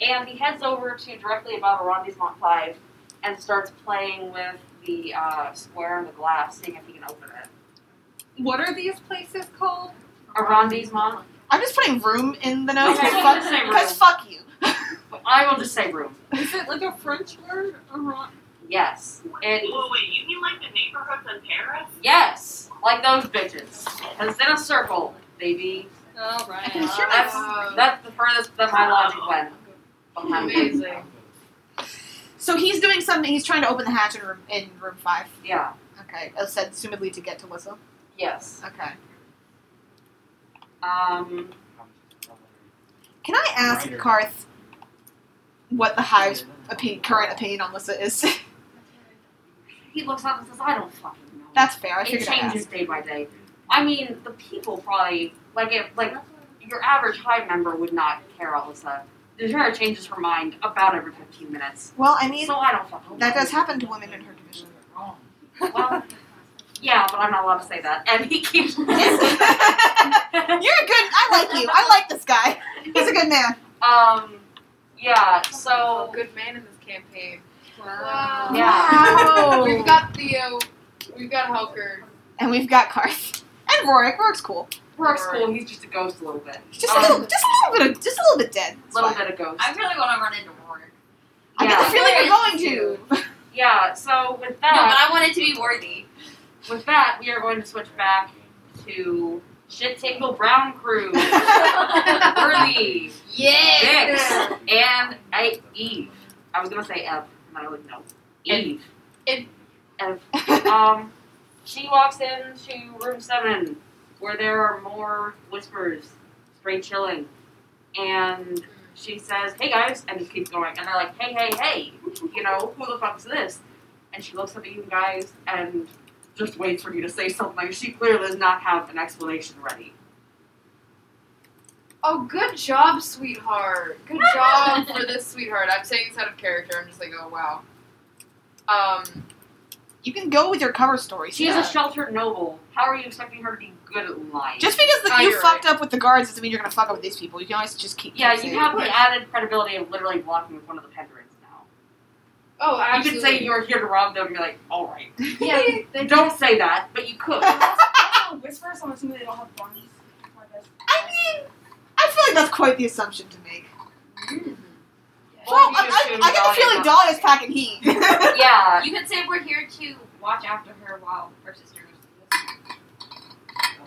[SPEAKER 2] And he heads over to directly above arrondissement 5 and starts playing with the uh, square and the glass, seeing if he can open it.
[SPEAKER 3] What are these places called?
[SPEAKER 2] Arrondissement?
[SPEAKER 6] I'm just putting room in the notes
[SPEAKER 2] Okay,
[SPEAKER 6] because
[SPEAKER 2] let's say
[SPEAKER 6] fuck,
[SPEAKER 2] room.
[SPEAKER 6] because fuck you. <laughs>
[SPEAKER 2] I will just say room.
[SPEAKER 3] Is it like a French word? Arron-
[SPEAKER 2] Yes. It,
[SPEAKER 10] Whoa, wait, you mean like the neighborhoods in Paris?
[SPEAKER 2] yes! Like those bitches. 'Cause it's in a circle, baby. Uh,
[SPEAKER 3] All
[SPEAKER 6] I
[SPEAKER 3] right.
[SPEAKER 6] can hear
[SPEAKER 2] That's,
[SPEAKER 6] my.
[SPEAKER 2] that's the furthest that my logic went. Behind
[SPEAKER 3] <laughs>
[SPEAKER 2] me.
[SPEAKER 8] Amazing.
[SPEAKER 6] So he's doing something. He's trying to open the hatch in room, in room five.
[SPEAKER 2] Yeah.
[SPEAKER 6] Okay, I said assumedly to get to whistle.
[SPEAKER 2] Yes.
[SPEAKER 6] Okay.
[SPEAKER 2] Um,
[SPEAKER 6] Can I ask
[SPEAKER 11] Writer.
[SPEAKER 6] Karth what the hive's opi- current opinion on Lissa is? <laughs>
[SPEAKER 2] he looks up and says, I don't fucking know.
[SPEAKER 6] that's fair. I
[SPEAKER 2] it
[SPEAKER 6] figured I'd ask.
[SPEAKER 2] changes day by day. I mean, the people probably like if like your average hive member would not care all this stuff. The Zara changes her mind about every fifteen minutes.
[SPEAKER 6] Well, I mean,
[SPEAKER 2] So I don't fucking
[SPEAKER 6] that
[SPEAKER 2] know.
[SPEAKER 6] does happen to women in her division.
[SPEAKER 2] <laughs>
[SPEAKER 6] <laughs>
[SPEAKER 2] Well, yeah, but I'm not allowed to say that. And he keeps <laughs>
[SPEAKER 6] You're a good. I like you. I like this guy. He's a good man.
[SPEAKER 2] Um yeah,
[SPEAKER 8] So
[SPEAKER 2] so
[SPEAKER 8] good man in this campaign.
[SPEAKER 3] Wow.
[SPEAKER 6] Wow.
[SPEAKER 8] We've got Theo. We've got Helker.
[SPEAKER 6] And we've got Karth and Rorik. Rorik's cool.
[SPEAKER 2] Rourke's cool, he's just a ghost a little bit.
[SPEAKER 6] Just a
[SPEAKER 2] Um,
[SPEAKER 6] little, just a little bit of, just a little bit dead. It's
[SPEAKER 2] little
[SPEAKER 6] fine.
[SPEAKER 2] bit of ghost.
[SPEAKER 9] I really want to run into Rorik.
[SPEAKER 6] I get the
[SPEAKER 2] Yeah.
[SPEAKER 6] feeling
[SPEAKER 9] Very
[SPEAKER 6] you're going to.
[SPEAKER 2] Yeah, so with
[SPEAKER 9] No,
[SPEAKER 2] that
[SPEAKER 9] but I want it to be worthy.
[SPEAKER 2] with that we are going to switch back to Shit Table Brown Crew. Worthy.
[SPEAKER 3] <laughs>
[SPEAKER 9] Yeah.
[SPEAKER 2] Six and I, Eve. I was gonna say Ev, and I was like, no. Eve.
[SPEAKER 3] Ev.
[SPEAKER 2] Ev. um, she walks into room seven, where there are more whispers, straight chilling, and she says, "Hey guys," and just keeps going, and they're like, "Hey, hey, hey," you know, who the fuck's this? And she looks up at you guys and just waits for you to say something. She clearly does not have an explanation ready.
[SPEAKER 8] Oh, good job, sweetheart. Good job for this sweetheart. I'm saying this out of character. I'm just like, oh wow. Um,
[SPEAKER 6] <laughs> You can go with your cover story.
[SPEAKER 2] She
[SPEAKER 6] Yeah.
[SPEAKER 2] is a sheltered noble. How are you expecting her to be good at lying?
[SPEAKER 6] Just because the,
[SPEAKER 2] Oh,
[SPEAKER 8] Ah,
[SPEAKER 6] you
[SPEAKER 8] you're
[SPEAKER 6] fucked up with the guards doesn't mean you're gonna fuck up with these people. You can always just keep.
[SPEAKER 2] Yeah,
[SPEAKER 6] keep
[SPEAKER 2] you
[SPEAKER 6] saying- <laughs>
[SPEAKER 2] have the added credibility of literally walking with one of the pendrins now.
[SPEAKER 8] oh,
[SPEAKER 2] You
[SPEAKER 8] absolutely.
[SPEAKER 2] could say you're here to rob them, you're like, alright.
[SPEAKER 7] Yeah,
[SPEAKER 2] They don't say that, but you could. Oh,
[SPEAKER 7] I don't know, whispers. I'm assuming they don't
[SPEAKER 3] <laughs>
[SPEAKER 7] have bunnies.
[SPEAKER 6] I mean, I feel like that's quite the assumption to make.
[SPEAKER 2] Or
[SPEAKER 6] Well,
[SPEAKER 2] you
[SPEAKER 6] I, I,
[SPEAKER 2] assume
[SPEAKER 6] I got
[SPEAKER 2] Dolly
[SPEAKER 6] the feeling
[SPEAKER 2] got-
[SPEAKER 6] Dolly is packing
[SPEAKER 2] <laughs>
[SPEAKER 6] heat.
[SPEAKER 2] Yeah.
[SPEAKER 9] You could say we're here to watch after her while her sister goes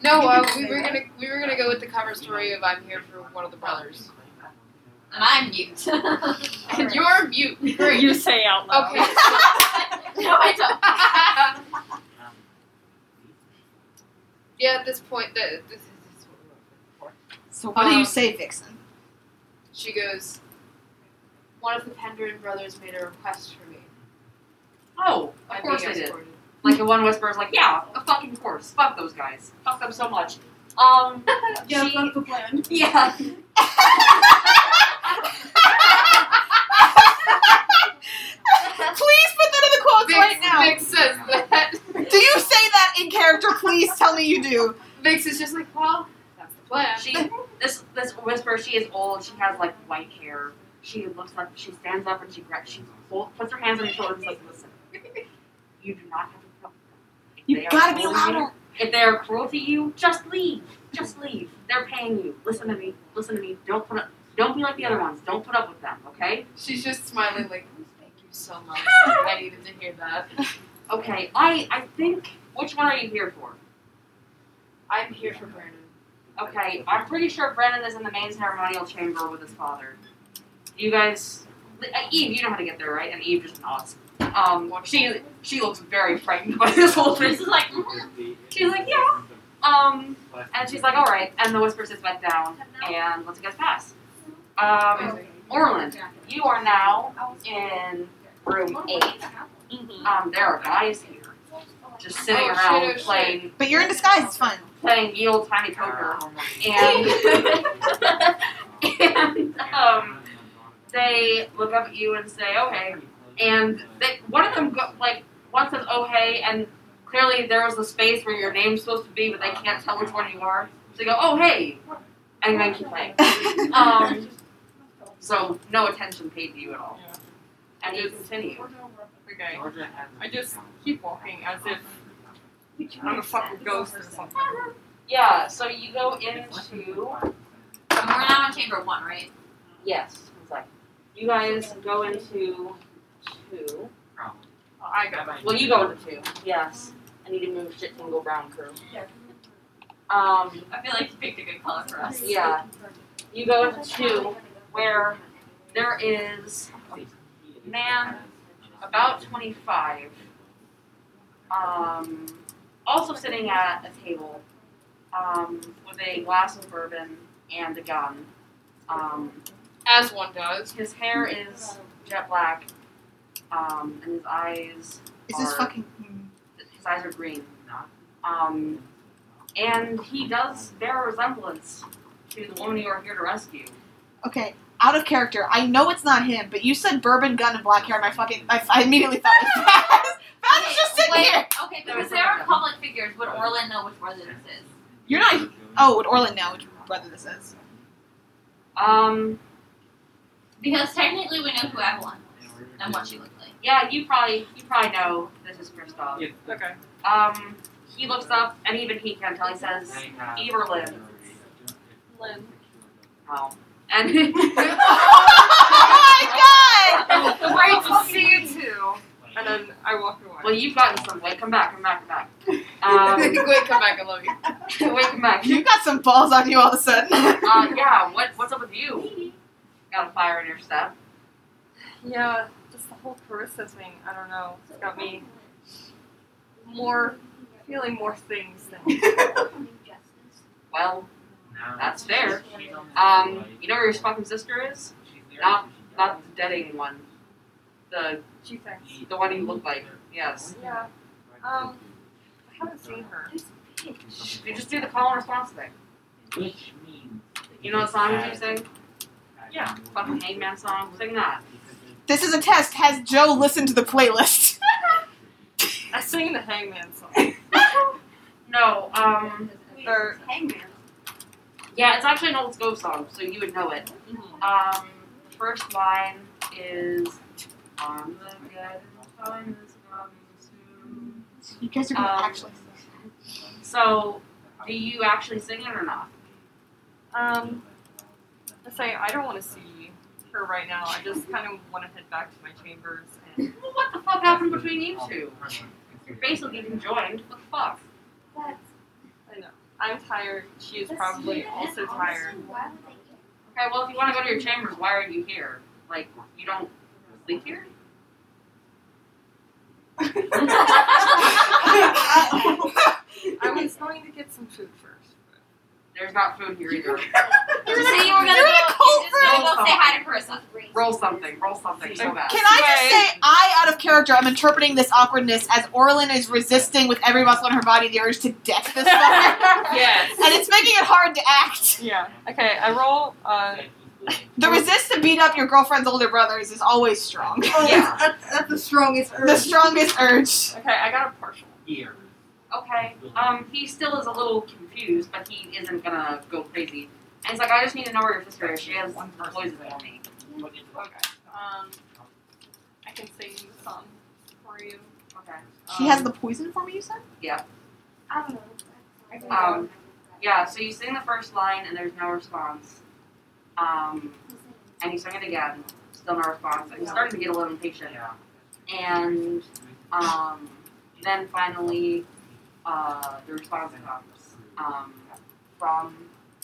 [SPEAKER 8] no. Uh, we were gonna we were gonna go with the cover story of I'm here for one of the brothers,
[SPEAKER 9] And I'm mute. <laughs>
[SPEAKER 8] and you're mute. Great.
[SPEAKER 3] You say out loud.
[SPEAKER 8] <laughs> Okay.
[SPEAKER 9] no, I don't.
[SPEAKER 8] yeah. At this point, the, this, is, this is what we're looking for.
[SPEAKER 6] so what do you
[SPEAKER 8] Um,
[SPEAKER 6] say, Vixen?
[SPEAKER 8] She goes, One of the Pendrin brothers made a request for me.
[SPEAKER 2] Oh,
[SPEAKER 8] I'm
[SPEAKER 2] of course
[SPEAKER 8] being
[SPEAKER 2] they did.
[SPEAKER 8] escorted.
[SPEAKER 2] Like the one whisperer's like, yeah, of fucking course. Fuck those guys. Fuck them so much. Um <laughs>
[SPEAKER 7] Yeah,
[SPEAKER 2] she-
[SPEAKER 7] that's the plan.
[SPEAKER 2] Yeah.
[SPEAKER 6] Please put that in the quotes
[SPEAKER 8] Vix,
[SPEAKER 6] right now.
[SPEAKER 8] Vix says that. <laughs>
[SPEAKER 6] Do you say that in character? Please tell me you do.
[SPEAKER 8] Vix is just like, Well, that's the plan.
[SPEAKER 2] She this this whisper. She is old. She has like white hair. She looks up. She stands up and she grabs. She hold, puts her hands on her shoulders and says, "Listen, you do not have to come. If
[SPEAKER 6] You
[SPEAKER 2] they are
[SPEAKER 6] gotta be
[SPEAKER 2] cruel to you-
[SPEAKER 6] louder.
[SPEAKER 2] If they are cruel to you, just leave. Just leave. They're paying you. Listen to me. Listen to me. Don't put up. Don't be like the other ones. Don't put up with them. Okay?
[SPEAKER 8] She's just smiling, like, Thank you so much. I needed to hear that.
[SPEAKER 2] Okay. I I think. Which one are you here for?
[SPEAKER 8] I'm here for Brandon.
[SPEAKER 2] Okay, I'm pretty sure Brennan is in the main ceremonial chamber with his father. You guys, uh, Eve, you know how to get there, right? And Eve just nods. Um, she she looks very frightened <laughs> by this whole thing. She's like, "Mhm." she's like, yeah. Um, and she's like, all right. And the whisper sits back down and lets you guys pass. Um,
[SPEAKER 8] <laughs>
[SPEAKER 2] Orland, you are now in room eight. Um, there are guys here just sitting
[SPEAKER 8] Oh, shit,
[SPEAKER 2] around
[SPEAKER 8] oh, shit.
[SPEAKER 2] playing
[SPEAKER 6] But you're in disguise. It's fine.
[SPEAKER 2] playing ye old tiny poker
[SPEAKER 8] <laughs>
[SPEAKER 2] and <laughs> and um, they look up at you and say, "Oh hey," and they, one of them go, like one says, "Oh hey," and clearly there was a space where your name's supposed to be, but they can't tell "Oh,
[SPEAKER 7] <laughs>
[SPEAKER 2] which one you are. So they go, "Oh hey," and then keep playing. Um, So no attention paid to you at all.
[SPEAKER 3] Yeah.
[SPEAKER 2] And you
[SPEAKER 3] Yes.
[SPEAKER 2] continue.
[SPEAKER 3] Okay.
[SPEAKER 10] Georgia
[SPEAKER 3] I just keep walking as if I'm a fucking ghost or something.
[SPEAKER 2] Yeah. So you go into
[SPEAKER 9] And we're now in chamber one, right?
[SPEAKER 2] yes. Exactly. You guys go into two.
[SPEAKER 3] I got
[SPEAKER 2] Well, you go into two. Yes. I need to move shit tingle brown crew. Um.
[SPEAKER 9] I feel like you picked a good color for
[SPEAKER 7] <laughs>
[SPEAKER 9] us.
[SPEAKER 2] Yeah. You go into two, where there is man about 25, um, also sitting at a table um, with a glass of bourbon and a gun. Um,
[SPEAKER 3] As one does.
[SPEAKER 2] his hair is jet black, um, and his eyes
[SPEAKER 6] Is this
[SPEAKER 2] are-
[SPEAKER 6] fucking?
[SPEAKER 2] his eyes are green. Um, and he does bear a resemblance to the woman you are here to rescue.
[SPEAKER 6] Okay, out of character. I know it's not him, but you said bourbon gun and black hair. And I fucking, I, I immediately thought it was Faz. Faz is just sitting
[SPEAKER 9] Wait,
[SPEAKER 6] here.
[SPEAKER 9] Okay, because there are public figures. Would Orlin know which brother this is?
[SPEAKER 6] You're not. Oh, would Orlin know which brother this is?
[SPEAKER 2] Um,
[SPEAKER 9] Because technically we know who Avalon was and what she looked like.
[SPEAKER 2] yeah, you probably you probably know this is Kristoff.
[SPEAKER 8] <laughs>
[SPEAKER 3] Okay.
[SPEAKER 2] Um, he looks up, and even he can tell. He says, Eberlin.
[SPEAKER 3] Lynn.
[SPEAKER 2] "Oh," and <laughs>
[SPEAKER 6] oh my god!
[SPEAKER 3] Great to see you too. And then I walk away.
[SPEAKER 2] well, you've gotten some weight. Come back, come back, come back.
[SPEAKER 3] <laughs>
[SPEAKER 2] Um, <laughs>
[SPEAKER 3] Wait, come back, I love you.
[SPEAKER 2] wait, come back.
[SPEAKER 6] You got some balls on you all of a sudden.
[SPEAKER 2] Uh, yeah. What what's up with you? Got a fire in your step.
[SPEAKER 3] Yeah, just the whole Carissa thing, I don't know. It's got me more feeling more things
[SPEAKER 8] <laughs>
[SPEAKER 3] than
[SPEAKER 2] Well,
[SPEAKER 10] That's fair.
[SPEAKER 2] um, you know where your fucking sister is?
[SPEAKER 10] Not,
[SPEAKER 2] Not the deading one. The
[SPEAKER 3] she thinks.
[SPEAKER 2] the one you look like. Yes.
[SPEAKER 3] Yeah. Um I haven't seen her.
[SPEAKER 2] You just do the call and response thing.
[SPEAKER 10] Which means.
[SPEAKER 2] You know what song you sing? <laughs>
[SPEAKER 3] Yeah,
[SPEAKER 2] Fucking Hangman song. Sing that.
[SPEAKER 6] This is a test. Has Joe listened to the playlist?
[SPEAKER 3] I sing the hangman
[SPEAKER 8] <laughs>
[SPEAKER 3] song.
[SPEAKER 2] No. Um.
[SPEAKER 3] Or
[SPEAKER 7] Hangman.
[SPEAKER 2] Yeah, it's actually an old Scope song, so you would know it. Um, the first line is on the dead time is coming
[SPEAKER 6] You guys are
[SPEAKER 2] gonna
[SPEAKER 6] gonna
[SPEAKER 2] Um, actually
[SPEAKER 6] actually. <laughs>
[SPEAKER 2] soon. So, do you actually sing it or not?
[SPEAKER 3] um I say I don't wanna see her right now. I just kinda wanna head back to my chambers and
[SPEAKER 2] Well, what the fuck happened between you two? You're basically getting joined. What the fuck?
[SPEAKER 3] I know. I'm tired. She is probably also tired.
[SPEAKER 2] Okay, well, if you want to go to your chambers, why are you here? Like, you don't sleep here?
[SPEAKER 3] I was going to get some food first. but-
[SPEAKER 2] There's not food here either.
[SPEAKER 9] You say you were gonna
[SPEAKER 6] You're in
[SPEAKER 9] go,
[SPEAKER 6] a cold
[SPEAKER 9] you just gonna
[SPEAKER 2] room.
[SPEAKER 9] go say hi to Carissa.
[SPEAKER 2] Roll something. Roll something so bad.
[SPEAKER 6] Can I just say, I, out of character, I'm interpreting this awkwardness as Orlin is resisting with every muscle in her body the urge to deck <laughs> this fucker.
[SPEAKER 3] Yes.
[SPEAKER 6] and it's making it hard to act.
[SPEAKER 3] Yeah. Okay, I roll uh
[SPEAKER 6] The resist to beat up your girlfriend's older brothers is always strong.
[SPEAKER 7] Oh,
[SPEAKER 3] Yeah.
[SPEAKER 7] that's, that's, that's the strongest urge.
[SPEAKER 6] the strongest urge.
[SPEAKER 3] okay, I got a partial.
[SPEAKER 10] Here.
[SPEAKER 2] <laughs> Okay. Um, he still is a little confused, but he isn't gonna go crazy. And he's like, I just need to know where your sister is. She has
[SPEAKER 10] One person.
[SPEAKER 2] poison on me.
[SPEAKER 3] Okay. Um I can sing some for you.
[SPEAKER 2] Okay.
[SPEAKER 6] She has the poison for me, you said? <laughs>
[SPEAKER 7] I don't know. I don't know.
[SPEAKER 2] Um, Yeah. So you sing the first line, and there's no response. Um, and you sing it again, still no response. And he's starting to get a little impatient. And um, then finally, uh, the response comes um, from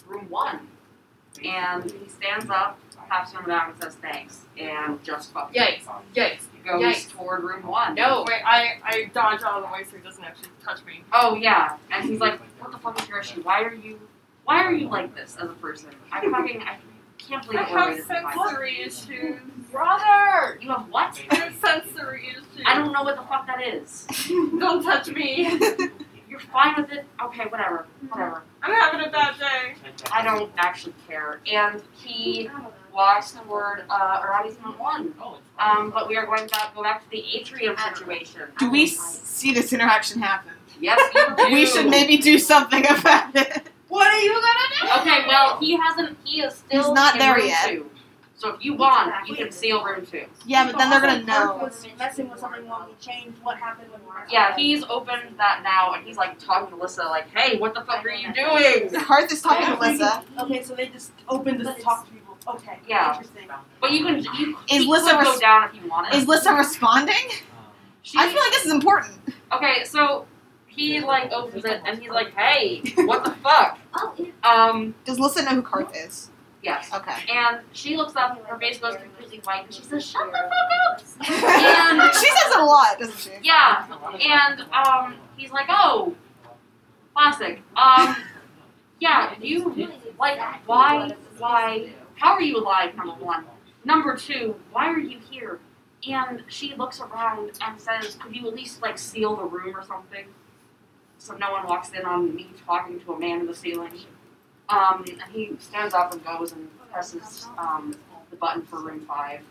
[SPEAKER 2] room one, and he stands up, taps him down, and says thanks, and just fucking
[SPEAKER 3] Yikes. Yikes.
[SPEAKER 2] goes
[SPEAKER 3] Yikes.
[SPEAKER 2] toward room one.
[SPEAKER 3] Um, Wait, I, I dodge out of the way so he doesn't actually touch me.
[SPEAKER 2] Oh yeah, and he's like, "What the fuck is your issue? Why are you, why are you like this as a person? I fucking, I can't believe
[SPEAKER 3] I
[SPEAKER 2] we're
[SPEAKER 3] have
[SPEAKER 2] raised in violence.
[SPEAKER 3] sensory issues.
[SPEAKER 2] brother. You have what?
[SPEAKER 3] I <laughs> have sensory issues.
[SPEAKER 2] I don't know what the fuck that is.
[SPEAKER 3] don't touch me.
[SPEAKER 2] You're fine with it. Okay, whatever, whatever.
[SPEAKER 3] I'm having a bad day.
[SPEAKER 2] I don't actually care. And he
[SPEAKER 7] I don't know.
[SPEAKER 2] walks toward uh, Arati's room one.
[SPEAKER 10] Oh, it's
[SPEAKER 2] Um, but we are going to go back to the atrium situation.
[SPEAKER 6] Do we s- see this interaction happen?
[SPEAKER 2] Yes,
[SPEAKER 6] <laughs>
[SPEAKER 2] you do.
[SPEAKER 6] We should maybe do something <laughs> about it.
[SPEAKER 7] What are you gonna do?
[SPEAKER 2] Okay, well, he hasn't. He is still
[SPEAKER 6] He's not
[SPEAKER 2] in
[SPEAKER 6] there
[SPEAKER 2] room
[SPEAKER 6] yet.
[SPEAKER 2] two. So if you want, you can seal room two.
[SPEAKER 6] Yeah, but then they're gonna
[SPEAKER 7] Also, Kirk
[SPEAKER 6] know.
[SPEAKER 7] was messing with something when we changed what happened when we were-
[SPEAKER 2] Yeah, he's opened that now, and he's like talking to Alyssa, like, "Hey, what the fuck are you doing?"
[SPEAKER 6] Hearth is talking to
[SPEAKER 7] Yeah, we-
[SPEAKER 6] Lissa.
[SPEAKER 7] Okay, so they just opened this to talk to people. Okay.
[SPEAKER 2] Yeah.
[SPEAKER 7] Interesting.
[SPEAKER 2] But you can you
[SPEAKER 6] Is
[SPEAKER 2] he
[SPEAKER 6] Lissa
[SPEAKER 2] could go
[SPEAKER 6] res-
[SPEAKER 2] down if you wanted.
[SPEAKER 6] Is Lissa responding?
[SPEAKER 2] She-
[SPEAKER 6] I feel like this is important.
[SPEAKER 2] okay, so he like opens it and he's like,
[SPEAKER 6] <laughs>
[SPEAKER 2] "Hey, what the fuck?" Um,
[SPEAKER 6] Does Lissa know who Karth is?
[SPEAKER 2] yes.
[SPEAKER 6] Okay.
[SPEAKER 2] And she looks up, her face goes completely white, and she says, "Shut the
[SPEAKER 6] <laughs> she says
[SPEAKER 2] And-
[SPEAKER 6] it a lot, doesn't she?
[SPEAKER 2] Yeah, and um, he's like, "Oh, classic. Um, yeah, you like why? Why? How are you alive? Number one. Number two. Why are you here?" And she looks around and says, "Could you at least like seal the room or something, so no one walks in on me talking to a man in the ceiling?" Um, and he stands up and goes and presses um, the button for room five.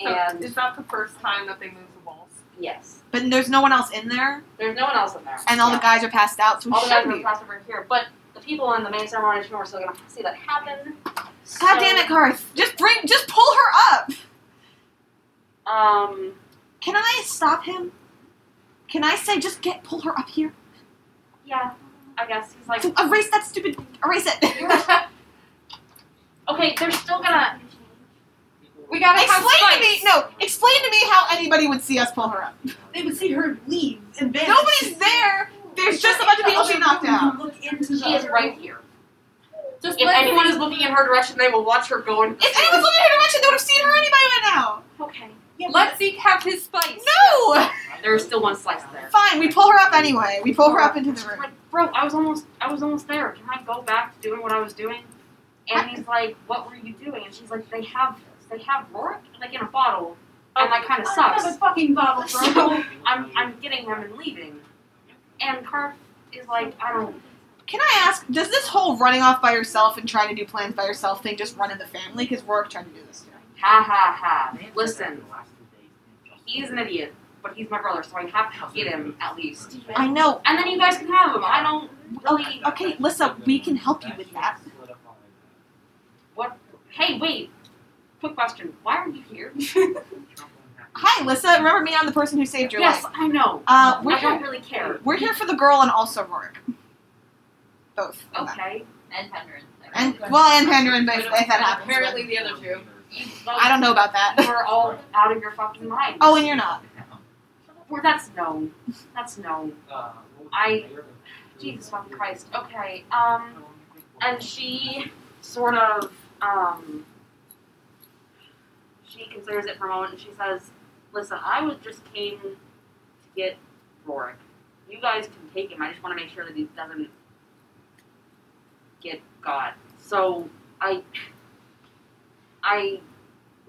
[SPEAKER 3] So
[SPEAKER 2] And
[SPEAKER 3] is that the first time that they move
[SPEAKER 11] <laughs>
[SPEAKER 3] the walls?
[SPEAKER 2] yes,
[SPEAKER 6] But there's no one else in there,
[SPEAKER 2] there's no one else in there.
[SPEAKER 6] and all
[SPEAKER 2] Yeah.
[SPEAKER 6] the guys are passed out, so we
[SPEAKER 2] all the guys
[SPEAKER 6] should
[SPEAKER 2] in the
[SPEAKER 6] be.
[SPEAKER 2] class over here, but the people in the main ceremony room are still gonna see that happen.
[SPEAKER 6] God damn it, Karth! Just bring, just pull her up.
[SPEAKER 2] Um,
[SPEAKER 6] Can I stop him? Can I say just get pull her up here?
[SPEAKER 2] yeah, I guess he's like,
[SPEAKER 6] Erase that stupid. Erase <laughs> it.
[SPEAKER 2] okay, they're still gonna.
[SPEAKER 3] We gotta have
[SPEAKER 6] explain to me.
[SPEAKER 3] fights.
[SPEAKER 6] No, explain to me how anybody would see us pull her up.
[SPEAKER 7] They would see her leave and vanish.
[SPEAKER 6] Nobody's there. There's just a bunch of people she knocked out.
[SPEAKER 7] Look into the
[SPEAKER 2] She is
[SPEAKER 7] other
[SPEAKER 2] right here.
[SPEAKER 3] Just
[SPEAKER 2] if
[SPEAKER 3] let
[SPEAKER 2] anyone
[SPEAKER 3] me-
[SPEAKER 2] is looking in her direction, they will watch her go and.
[SPEAKER 6] If anyone's looking in her direction, they would have seen her anyway right now.
[SPEAKER 2] Okay.
[SPEAKER 7] Yeah, but
[SPEAKER 3] Let Zeke have his spice.
[SPEAKER 6] No.
[SPEAKER 2] There's still one slice there.
[SPEAKER 6] Fine, we pull her up anyway. We pull her up into the
[SPEAKER 2] She's
[SPEAKER 6] room.
[SPEAKER 2] like, bro, I was almost, I was almost there. Can I go back to doing what I was doing? And he's like, what were you doing? And she's like, they have, they have Rorik like in a bottle, and that
[SPEAKER 6] Oh,
[SPEAKER 2] kind of
[SPEAKER 7] I don't
[SPEAKER 2] sucks.
[SPEAKER 7] have a fucking bottle,
[SPEAKER 2] <laughs>
[SPEAKER 7] bro.
[SPEAKER 2] So I'm, I'm getting him and leaving. And Karf is like, I don't.
[SPEAKER 6] Can I ask, does this whole running off by yourself and trying to do plans by yourself thing just run in the family? Because Rourke tried to do this too.
[SPEAKER 2] Ha ha ha. Listen, he is an idiot, but he's my brother, so I have to get him at least.
[SPEAKER 6] I know.
[SPEAKER 2] And then you guys can have him. I don't really.
[SPEAKER 6] Okay, Lissa, we can help you with that.
[SPEAKER 2] What? Hey, wait. Quick question. Why are you here? <laughs>
[SPEAKER 6] Hi, Lissa. Remember me? I'm the person who saved your
[SPEAKER 2] yes,
[SPEAKER 6] life.
[SPEAKER 2] I know.
[SPEAKER 6] Uh, we're
[SPEAKER 2] I don't
[SPEAKER 6] here.
[SPEAKER 2] really care.
[SPEAKER 6] We're here for the girl and also Rourke. Both. of them.
[SPEAKER 2] Okay.
[SPEAKER 9] And Pendrin.
[SPEAKER 6] And well, and Pandarin, but if,
[SPEAKER 3] But
[SPEAKER 6] if that happens,
[SPEAKER 3] Apparently the other two.
[SPEAKER 2] You
[SPEAKER 6] but I don't know about
[SPEAKER 2] You
[SPEAKER 6] that.
[SPEAKER 2] <laughs> are all out of your fucking mind.
[SPEAKER 6] oh, and you're not.
[SPEAKER 2] Well, that's no. That's no.
[SPEAKER 11] I.
[SPEAKER 2] Jesus fucking Christ. Okay. Um. and she sort of um, she considers it for a moment and she says listen i was just came to get rorik you guys can take him i just want to make sure that he doesn't get got so i i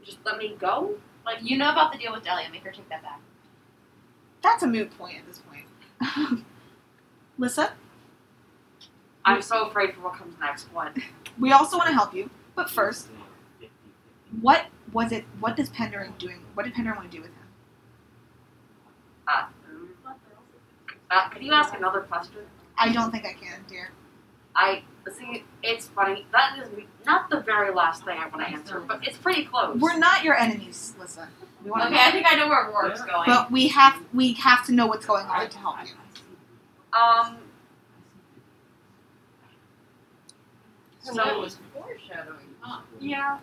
[SPEAKER 2] just let me go like
[SPEAKER 9] You know about the deal with Delia. Make her take that back.
[SPEAKER 6] That's a moot point <laughs> at this point. Lissa,
[SPEAKER 2] i'm so afraid for what comes next what
[SPEAKER 6] we also want to help you, but first, what was it? What does Penderin doing? What did Penderin want to do with him?
[SPEAKER 2] uh, mm. uh, could you ask another question
[SPEAKER 6] I don't think I can, dear.
[SPEAKER 2] I see. It's funny. That is not the very last thing I want to answer, but it's pretty close.
[SPEAKER 6] We're not your enemies, Lissa. We want to,
[SPEAKER 9] Okay, I think I know where Rourke's going.
[SPEAKER 6] but we have we have to know what's going on to help you.
[SPEAKER 2] um.
[SPEAKER 3] That
[SPEAKER 2] So
[SPEAKER 3] was foreshadowing.
[SPEAKER 2] yeah,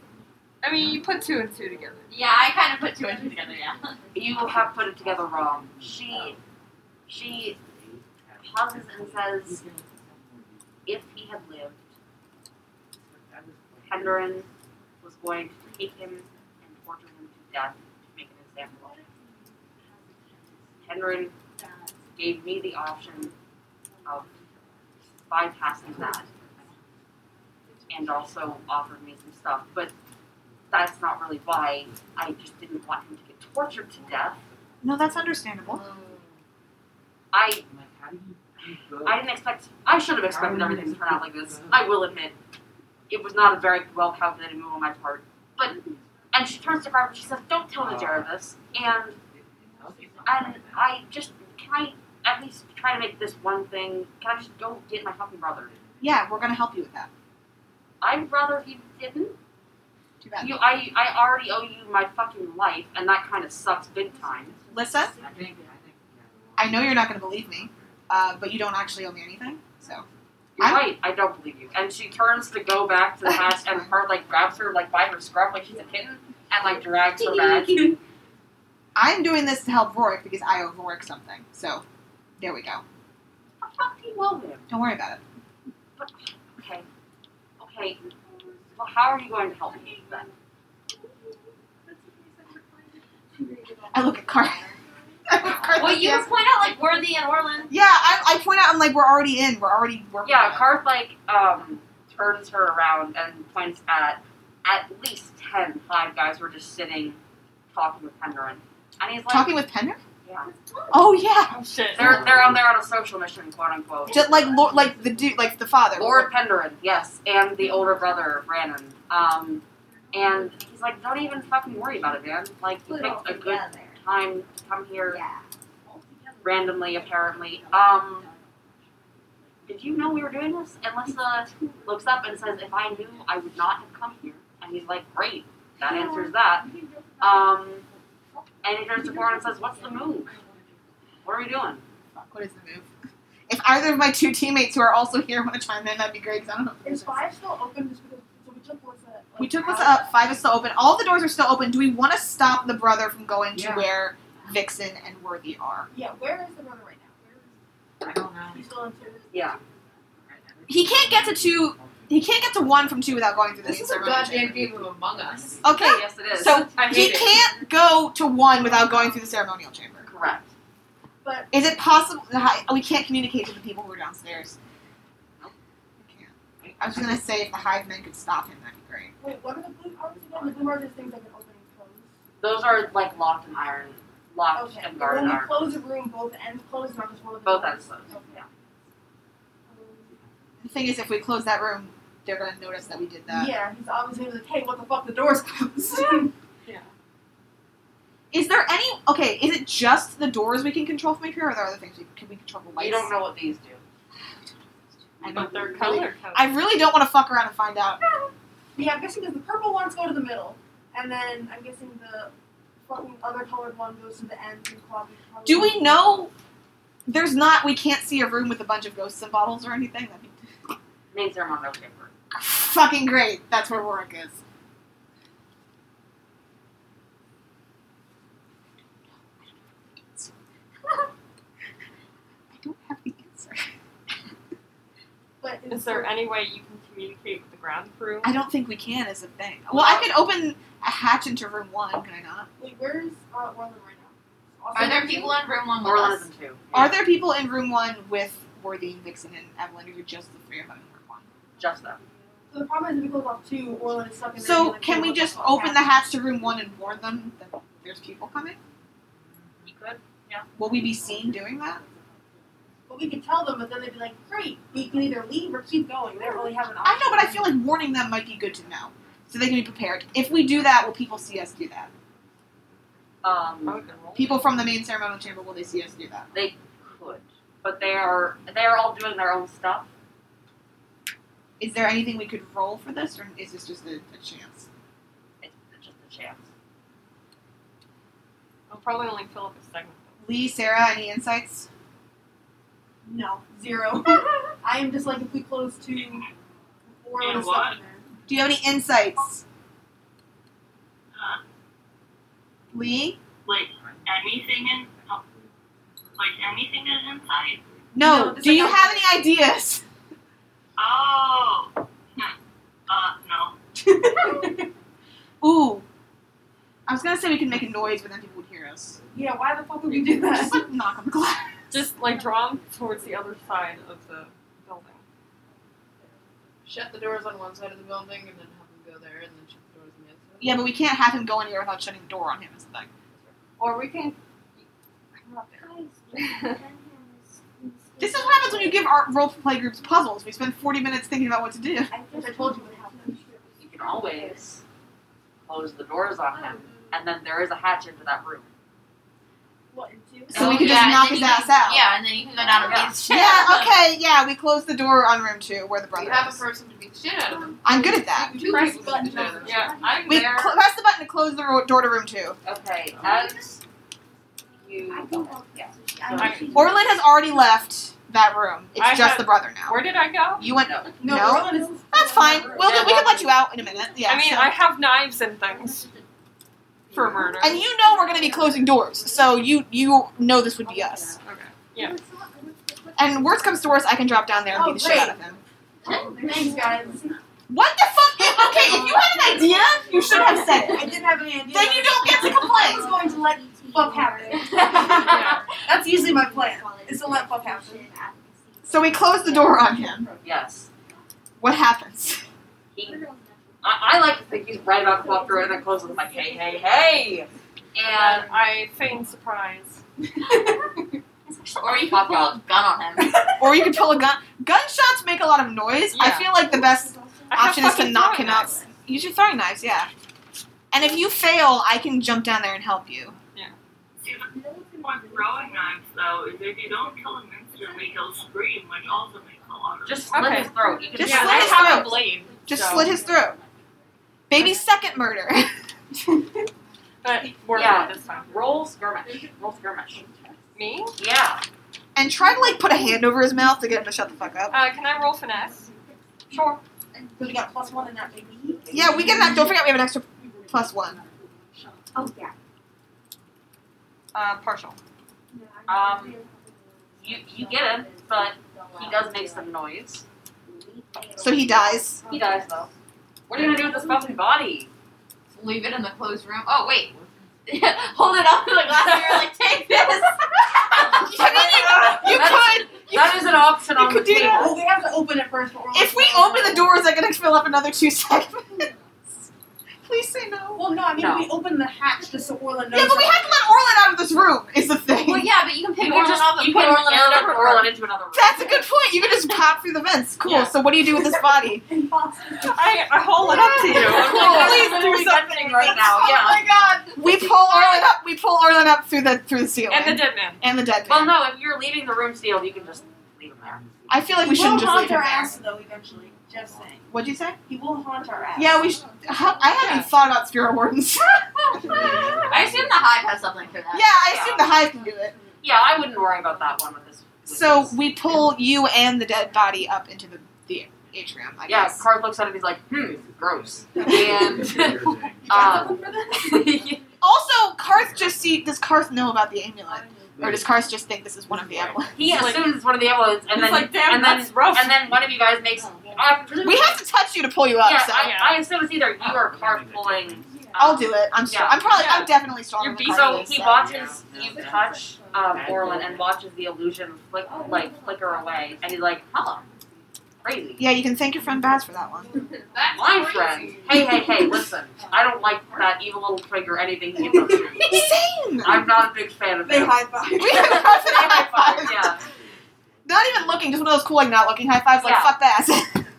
[SPEAKER 3] I mean, you put two and two together.
[SPEAKER 9] Yeah, I kind of put two and two together. Yeah.
[SPEAKER 2] you have put it together wrong. She, she pauses and says, if he had lived, Henderin was going to take him and torture him to death to make an example. of him. Henderin gave me the option of bypassing that and also offered me some stuff, but that's not really why. I just didn't want him to get tortured to death.
[SPEAKER 6] No, that's understandable.
[SPEAKER 2] I I didn't expect. I should have expected everything to turn out like this. I will admit, it was not a very well calculated move on my part. But and she turns to Garth and she says, "Don't tell the Jarvis." And and I just can I at least try to make this one thing. Can I just go get my fucking brother?
[SPEAKER 6] Yeah, we're gonna help you with that.
[SPEAKER 2] I'd rather he didn't.
[SPEAKER 6] Too bad.
[SPEAKER 2] You, I, I already owe you my fucking life, and that kind of sucks big time.
[SPEAKER 6] Lissa, I know you're not going to believe me, uh, but you don't actually owe me anything. So
[SPEAKER 2] You're
[SPEAKER 6] I'm-
[SPEAKER 2] right. I don't believe you. And she turns to go back to the house, and her like grabs her like by her scruff like she's a kitten, and like drags her back.
[SPEAKER 6] I'm doing this to help Rorik because I owe Rorik something. So there we go.
[SPEAKER 2] fucking William.
[SPEAKER 6] Don't worry about it.
[SPEAKER 2] Okay. Okay. Well, how are you going to help me then?
[SPEAKER 6] I look at Car. <laughs> I look at Car-
[SPEAKER 9] Well, you
[SPEAKER 6] yeah.
[SPEAKER 9] point out like Worthy and Orland.
[SPEAKER 6] Yeah, I, I point out. I'm like, we're already in. We're already. We're
[SPEAKER 2] Yeah, Karth like um turns her around and points at at least ten five guys were just sitting talking with Penderin. And he's like
[SPEAKER 6] talking with Penner.
[SPEAKER 2] Yeah.
[SPEAKER 6] Oh yeah,
[SPEAKER 3] Oh shit.
[SPEAKER 2] They're they're on there on a social mission, quote unquote.
[SPEAKER 6] just like Lord, like the dude, like the father.
[SPEAKER 2] Lord Penderin, yes, and the older brother Brandon. Um, and he's like, don't even fucking worry about it, man. Like, you picked a good time to come here
[SPEAKER 9] Yeah.
[SPEAKER 2] randomly, apparently. Um, did you know we were doing this? And Lisa looks up and says, if I knew, I would not have come here. And he's like, great, that answers that. Um, and he turns to Corin and says, what's the move? What are we doing?
[SPEAKER 6] Fuck, What is the move? If either of my two teammates who are also here want to chime in, that'd be great. 'cause I don't know. if
[SPEAKER 7] Is
[SPEAKER 6] there's-
[SPEAKER 7] five still open just because so we took Lissa like,
[SPEAKER 6] We took
[SPEAKER 7] out.
[SPEAKER 6] this up. Five is still open. All the doors are still open. Do we want to stop the brother from going to
[SPEAKER 11] Yeah.
[SPEAKER 6] where Vixen and Worthy are?
[SPEAKER 7] Yeah, where is the brother right now? Where is
[SPEAKER 11] I don't know.
[SPEAKER 7] he's still in two?
[SPEAKER 2] Yeah.
[SPEAKER 6] He can't get to two. He can't get to one from two without going through
[SPEAKER 11] This
[SPEAKER 6] this.
[SPEAKER 11] is a goddamn game of Among Us.
[SPEAKER 6] Okay,
[SPEAKER 2] Yes, it is.
[SPEAKER 6] so
[SPEAKER 11] I
[SPEAKER 6] he
[SPEAKER 11] hate it.
[SPEAKER 6] can't go to one without going through the ceremonial chamber.
[SPEAKER 2] Correct.
[SPEAKER 7] But
[SPEAKER 6] Is it possible? hi- We can't communicate to the people who are downstairs.
[SPEAKER 2] Nope.
[SPEAKER 6] We can't. I was gonna say if the hive men could stop him, that'd be great.
[SPEAKER 7] wait, what are the blue cards again? The blue cards are things that can open and close.
[SPEAKER 2] Those are like locked and iron, locked
[SPEAKER 7] Okay.
[SPEAKER 2] and
[SPEAKER 7] but
[SPEAKER 2] guarded
[SPEAKER 7] when we
[SPEAKER 2] iron.
[SPEAKER 7] close a room, both ends close, not just one of the
[SPEAKER 2] Both
[SPEAKER 7] doors.
[SPEAKER 2] ends closed.
[SPEAKER 7] Okay.
[SPEAKER 2] Yeah.
[SPEAKER 6] The thing is, if we close that room, they're gonna notice that we did that. Is
[SPEAKER 7] Yeah, he's obviously like, hey, what the fuck? The door's <laughs> closed.
[SPEAKER 6] there any? Okay, is it just the doors we can control from here, or are there other things we can we control the lights?
[SPEAKER 2] You don't know what these do.
[SPEAKER 6] I don't
[SPEAKER 3] But they're
[SPEAKER 6] really-
[SPEAKER 3] color coded.
[SPEAKER 6] I really don't want to fuck around and find out.
[SPEAKER 7] yeah, I'm guessing because the purple ones go to the middle, and then I'm guessing the fucking other colored one goes to the end. And probably, probably
[SPEAKER 6] Do we know? There's not. We can't see a room with a bunch of ghosts and bottles or anything. That'd be
[SPEAKER 2] Main ceremonial chamber.
[SPEAKER 6] fucking great. That's where Warwick is. <laughs> I don't have the answer.
[SPEAKER 7] But is,
[SPEAKER 3] Is there any way you can communicate with the ground crew?
[SPEAKER 6] I don't think we can is a thing. Well, I could open a hatch into room one, could I not?
[SPEAKER 7] Wait, where's uh, Orland right now? Also
[SPEAKER 9] Are there
[SPEAKER 7] empty?
[SPEAKER 9] people in room one with
[SPEAKER 2] Orland
[SPEAKER 9] us?
[SPEAKER 2] is in two.
[SPEAKER 6] Oh Are there people in room one with Worthy and Vixen and Evelyn, or just the three of them in room one?
[SPEAKER 2] Just them.
[SPEAKER 7] So the problem is if we close off two, Orland is stuck in there.
[SPEAKER 6] So
[SPEAKER 7] and he's like,
[SPEAKER 6] can
[SPEAKER 7] "Hey,
[SPEAKER 6] we
[SPEAKER 7] what
[SPEAKER 6] just
[SPEAKER 7] fuck
[SPEAKER 6] open the
[SPEAKER 7] happened?"
[SPEAKER 6] hatch to room one and warn them that there's people coming?
[SPEAKER 2] You could.
[SPEAKER 6] Will we be seen doing that?
[SPEAKER 7] But we could tell them, but then they'd be like, great, we can either leave or keep going. They don't really have an option.
[SPEAKER 6] I know, but I feel like warning them might be good to know, so they can be prepared. If we do that, will people see us do that?
[SPEAKER 2] Um,
[SPEAKER 6] People from the main ceremonial chamber, will they see us do that?
[SPEAKER 2] they could, but they are they are all doing their own stuff.
[SPEAKER 6] Is there anything we could roll for this, or is this just a, a chance?
[SPEAKER 2] It's just a chance.
[SPEAKER 3] I'll probably only fill up a segment.
[SPEAKER 6] Lee, Sarah, any insights?
[SPEAKER 7] No, zero.
[SPEAKER 6] <laughs>
[SPEAKER 7] I am just like, if we close two, Orland
[SPEAKER 10] You know
[SPEAKER 7] is stuck
[SPEAKER 10] what?
[SPEAKER 7] in there.
[SPEAKER 6] Do you have any insights,
[SPEAKER 10] Huh?
[SPEAKER 6] Lee?
[SPEAKER 10] Like anything in, oh, like anything is inside.
[SPEAKER 6] No.
[SPEAKER 7] No,
[SPEAKER 6] do you
[SPEAKER 7] like-
[SPEAKER 6] have any ideas?
[SPEAKER 10] Oh. <laughs> Hmm. Uh, no.
[SPEAKER 6] Ooh. I was gonna say we could make a noise, but then people would hear <laughs> us.
[SPEAKER 7] Yeah, why the fuck would we do that?
[SPEAKER 6] <laughs> Just like knock on the glass.
[SPEAKER 3] Just like draw 'em towards the other side of the building.
[SPEAKER 11] Shut the doors on one side of the building and then have them go there and then shut the doors on the other side.
[SPEAKER 6] Yeah, but we can't have him go anywhere without shutting the door on him. Is the thing.
[SPEAKER 3] Or we can. I'm not
[SPEAKER 6] <laughs>
[SPEAKER 3] there.
[SPEAKER 6] This is what happens when you give our role play groups puzzles. We spend forty minutes thinking about what to do.
[SPEAKER 7] I guess I told you what happened.
[SPEAKER 2] You can always close the doors on him, and then there is a hatch into that room.
[SPEAKER 7] what into?
[SPEAKER 6] So we
[SPEAKER 9] Oh,
[SPEAKER 6] could
[SPEAKER 9] yeah,
[SPEAKER 6] just
[SPEAKER 9] and
[SPEAKER 6] knock
[SPEAKER 9] then
[SPEAKER 6] his
[SPEAKER 9] you
[SPEAKER 6] ass
[SPEAKER 9] can-
[SPEAKER 6] out.
[SPEAKER 9] Yeah, and then you can go down and
[SPEAKER 2] Yeah.
[SPEAKER 9] beat the shit out
[SPEAKER 6] Yeah,
[SPEAKER 9] of him.
[SPEAKER 6] okay, yeah, we close the door on room two where the
[SPEAKER 11] You
[SPEAKER 6] brother
[SPEAKER 11] have a
[SPEAKER 6] is.
[SPEAKER 11] person to beat the shit out of them.
[SPEAKER 6] I'm good at that.
[SPEAKER 11] You can
[SPEAKER 3] Press
[SPEAKER 11] beat
[SPEAKER 7] button.
[SPEAKER 11] the shit out of them.
[SPEAKER 3] Yeah, I'm
[SPEAKER 6] We
[SPEAKER 3] there.
[SPEAKER 6] cl- press the button to close the ro- door to room two.
[SPEAKER 2] Okay, as you.
[SPEAKER 7] I think I'll-
[SPEAKER 2] yeah.
[SPEAKER 7] I'm
[SPEAKER 3] I-
[SPEAKER 7] actually-
[SPEAKER 6] Orlin has already left that room. It's
[SPEAKER 3] I
[SPEAKER 6] just
[SPEAKER 3] have-
[SPEAKER 6] the brother now.
[SPEAKER 3] Where did I go?
[SPEAKER 6] You went.
[SPEAKER 7] No,
[SPEAKER 6] No.
[SPEAKER 7] Orlin is.
[SPEAKER 6] That's fine. We'll
[SPEAKER 3] Yeah,
[SPEAKER 6] do- we can
[SPEAKER 3] well-
[SPEAKER 6] let you out in a minute. Yeah.
[SPEAKER 3] I mean,
[SPEAKER 6] so-
[SPEAKER 3] I have knives and
[SPEAKER 11] <laughs>
[SPEAKER 3] things for murder.
[SPEAKER 6] and you know we're gonna be closing doors, so you you know this would be us.
[SPEAKER 3] okay. Yeah.
[SPEAKER 6] And worst comes to worst, I can drop down there and
[SPEAKER 7] Oh,
[SPEAKER 6] beat the shit
[SPEAKER 7] great.
[SPEAKER 6] out of him.
[SPEAKER 7] Thanks, guys.
[SPEAKER 6] What the fuck? Okay, if you had an idea, you should have said
[SPEAKER 7] I
[SPEAKER 6] it.
[SPEAKER 7] didn't have any idea.
[SPEAKER 6] Then you don't get to
[SPEAKER 7] I was
[SPEAKER 6] complain.
[SPEAKER 7] going to let fuck <laughs> happen.
[SPEAKER 3] Yeah.
[SPEAKER 7] That's usually my plan. Is to let fuck happen.
[SPEAKER 6] So we close the door on him.
[SPEAKER 2] Yes.
[SPEAKER 6] What happens?
[SPEAKER 2] He, I, I like to think he's right about to walk through and then close with like, hey, hey, hey!
[SPEAKER 3] And
[SPEAKER 2] And
[SPEAKER 3] I feign surprise.
[SPEAKER 6] <laughs>
[SPEAKER 9] Or you can pull a gun on him.
[SPEAKER 6] Or you could pull a gun. Gunshots make a lot of noise. I
[SPEAKER 3] Yeah.
[SPEAKER 6] feel like the best
[SPEAKER 3] I have
[SPEAKER 6] option is to
[SPEAKER 3] fucking
[SPEAKER 6] knock
[SPEAKER 3] throwing
[SPEAKER 6] him out.
[SPEAKER 3] knives.
[SPEAKER 6] Use your throwing knives, yeah. And if you fail, I can jump down there and help you.
[SPEAKER 10] See, the cool thing with throwing knives, though, is if you don't kill him instantly, he'll scream, which also makes a lot of
[SPEAKER 2] just
[SPEAKER 10] noise.
[SPEAKER 2] slit
[SPEAKER 3] Okay.
[SPEAKER 2] his throat. You can
[SPEAKER 6] Just
[SPEAKER 3] yeah,
[SPEAKER 6] slit
[SPEAKER 3] I
[SPEAKER 6] his
[SPEAKER 3] have
[SPEAKER 6] throat.
[SPEAKER 3] a blade.
[SPEAKER 6] Just
[SPEAKER 3] so-
[SPEAKER 6] slit his throat. Baby's second murder. <laughs>
[SPEAKER 3] But we're
[SPEAKER 2] Yeah.
[SPEAKER 3] good this time.
[SPEAKER 2] Roll skirmish. Roll skirmish.
[SPEAKER 3] Me?
[SPEAKER 2] Yeah.
[SPEAKER 6] and try to like put a hand over his mouth to get him to shut the fuck up.
[SPEAKER 3] Uh, can I
[SPEAKER 2] <laughs>
[SPEAKER 3] roll finesse?
[SPEAKER 2] Sure.
[SPEAKER 7] Because we got plus one in that baby.
[SPEAKER 6] Yeah, we get that. Don't forget we have an extra plus one.
[SPEAKER 7] Oh yeah.
[SPEAKER 3] Uh, partial.
[SPEAKER 2] Um, You you get him, but he does make some noise.
[SPEAKER 6] So he dies.
[SPEAKER 2] He dies though. What are you gonna do with this fucking body?
[SPEAKER 9] Leave it in the closed room. Oh wait. <laughs> Hold it up to the glass and you're like,
[SPEAKER 6] <laughs>
[SPEAKER 9] take this. <laughs>
[SPEAKER 6] I mean, you, you
[SPEAKER 2] That's-
[SPEAKER 6] could.
[SPEAKER 2] That is an option
[SPEAKER 6] you
[SPEAKER 2] on
[SPEAKER 6] could
[SPEAKER 2] the
[SPEAKER 6] do
[SPEAKER 2] table.
[SPEAKER 6] that.
[SPEAKER 7] Well, we have to open it first. But we're
[SPEAKER 6] If we open the door, is that going to fill up another two <laughs> seconds? Please say no.
[SPEAKER 7] Well, no, I mean
[SPEAKER 2] No.
[SPEAKER 7] we open the hatch just so Orlin knows.
[SPEAKER 6] Yeah, but we have to let Orlin out of this room. Is the thing.
[SPEAKER 9] Well, yeah, but you can pick
[SPEAKER 2] You
[SPEAKER 9] Orlin
[SPEAKER 2] can just
[SPEAKER 9] up and
[SPEAKER 2] you
[SPEAKER 9] put
[SPEAKER 2] can
[SPEAKER 9] Orlin in
[SPEAKER 2] air
[SPEAKER 9] another
[SPEAKER 2] lift
[SPEAKER 9] room.
[SPEAKER 2] Orlin into another room.
[SPEAKER 6] That's a good point. You can just pop through the vents. Cool.
[SPEAKER 3] Yeah.
[SPEAKER 6] So what do you do with this body?
[SPEAKER 7] Impossible.
[SPEAKER 3] I, I hold it up to
[SPEAKER 6] <laughs>
[SPEAKER 3] you. I'm like,
[SPEAKER 6] Please
[SPEAKER 2] That's literally happening right now.
[SPEAKER 6] Oh
[SPEAKER 2] Yeah.
[SPEAKER 6] my god. We pull Orlin up. We pull Orlin up through the through the ceiling
[SPEAKER 3] And the dead man.
[SPEAKER 6] And the dead
[SPEAKER 2] Well,
[SPEAKER 6] man.
[SPEAKER 2] no. If you're leaving the room sealed, you can just leave him there.
[SPEAKER 6] I feel <laughs> like we
[SPEAKER 7] He
[SPEAKER 6] shouldn't
[SPEAKER 7] will
[SPEAKER 6] just leave
[SPEAKER 7] haunt
[SPEAKER 6] him
[SPEAKER 7] our
[SPEAKER 6] there.
[SPEAKER 7] ass though eventually. Just saying,
[SPEAKER 6] What'd you say?
[SPEAKER 7] he will haunt our ass.
[SPEAKER 6] Yeah, we. Sh- ha- I haven't
[SPEAKER 3] Yeah.
[SPEAKER 6] thought about spirit
[SPEAKER 3] <laughs>
[SPEAKER 6] wardens.
[SPEAKER 9] I assume the hive has something for
[SPEAKER 6] yeah,
[SPEAKER 9] that.
[SPEAKER 6] I assume the hive can do it.
[SPEAKER 2] Yeah, I wouldn't worry about that one with this. with
[SPEAKER 6] So
[SPEAKER 2] this.
[SPEAKER 6] we pull you and the dead body up into the the atrium. I
[SPEAKER 2] yeah,
[SPEAKER 6] guess.
[SPEAKER 2] Card looks at him. He's like, hmm,
[SPEAKER 6] <laughs>
[SPEAKER 2] gross. And
[SPEAKER 7] You guys
[SPEAKER 2] um,
[SPEAKER 7] open for this?
[SPEAKER 6] Also, Karth just see. Does Karth know about the amulet, or does Karth just think this is one of the amulets?
[SPEAKER 2] he
[SPEAKER 3] He's like-
[SPEAKER 2] assumes it's one of the amulets, and
[SPEAKER 3] He's
[SPEAKER 2] then
[SPEAKER 3] like, damn,
[SPEAKER 2] and then
[SPEAKER 3] that's rough.
[SPEAKER 2] and then one of you guys makes. I presume-
[SPEAKER 6] We have to touch you to pull you up.
[SPEAKER 2] Yeah,
[SPEAKER 6] so
[SPEAKER 2] I,
[SPEAKER 3] Yeah.
[SPEAKER 2] I assume it's either you or Card pulling. um,
[SPEAKER 6] I'll do it. I'm strong. I'm probably. I'm
[SPEAKER 3] Yeah.
[SPEAKER 6] definitely stronger.
[SPEAKER 3] You're
[SPEAKER 6] than
[SPEAKER 3] beast-
[SPEAKER 6] Karth
[SPEAKER 2] So
[SPEAKER 6] is,
[SPEAKER 2] he
[SPEAKER 6] so.
[SPEAKER 2] watches you touch um, Orlin and watches the illusion flick like flicker away, and he's like, "Huh, crazy."
[SPEAKER 6] Yeah, you can thank your friend Baz for that
[SPEAKER 2] <laughs>
[SPEAKER 6] one.
[SPEAKER 11] That's
[SPEAKER 2] My
[SPEAKER 11] crazy.
[SPEAKER 2] friend, hey, hey, hey, listen, I don't like that evil little twig or anything he does.
[SPEAKER 6] Same.
[SPEAKER 2] I'm not a big fan of
[SPEAKER 7] They
[SPEAKER 2] him. <laughs>
[SPEAKER 7] high
[SPEAKER 6] <laughs>
[SPEAKER 7] five.
[SPEAKER 6] we have
[SPEAKER 2] They high
[SPEAKER 6] <laughs>
[SPEAKER 2] five, yeah.
[SPEAKER 6] Not even looking, just one of those cool, like not looking high fives. Like
[SPEAKER 2] Yeah.
[SPEAKER 6] fuck that. <laughs>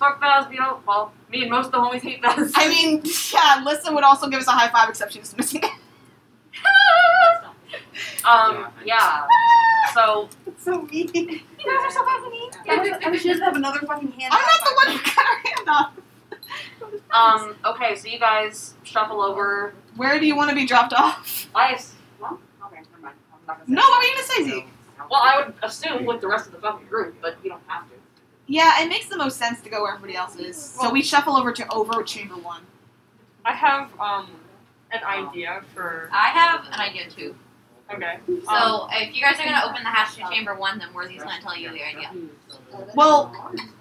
[SPEAKER 2] Fuck Baz, you know, well, me and most of the homies hate Baz.
[SPEAKER 6] I mean, yeah, Lissa would also give us a high five, except she's missing.
[SPEAKER 2] <laughs> um, yeah. So,
[SPEAKER 7] <laughs>
[SPEAKER 6] it's so mean.
[SPEAKER 2] you guys are so fascinating.
[SPEAKER 7] I wish, I wish she doesn't have another fucking hand.
[SPEAKER 6] I'm not the one who cut her hand off.
[SPEAKER 2] Um, okay, so you guys shuffle over.
[SPEAKER 6] Where do you want to be dropped off?
[SPEAKER 2] I, ass- well, okay, never mind. I'm not gonna say
[SPEAKER 6] No, what were you gonna say, Zeke?
[SPEAKER 2] Well, I would assume with the rest of the fucking group, but you don't have to.
[SPEAKER 6] Yeah, it makes the most sense to go where everybody else is. So we shuffle over to over chamber one.
[SPEAKER 3] I have um an
[SPEAKER 10] Oh.
[SPEAKER 3] idea for.
[SPEAKER 9] I have an idea too.
[SPEAKER 3] Okay.
[SPEAKER 9] So if you guys are gonna open the hatch to chamber one, then Worthy's gonna tell you the idea.
[SPEAKER 6] Well,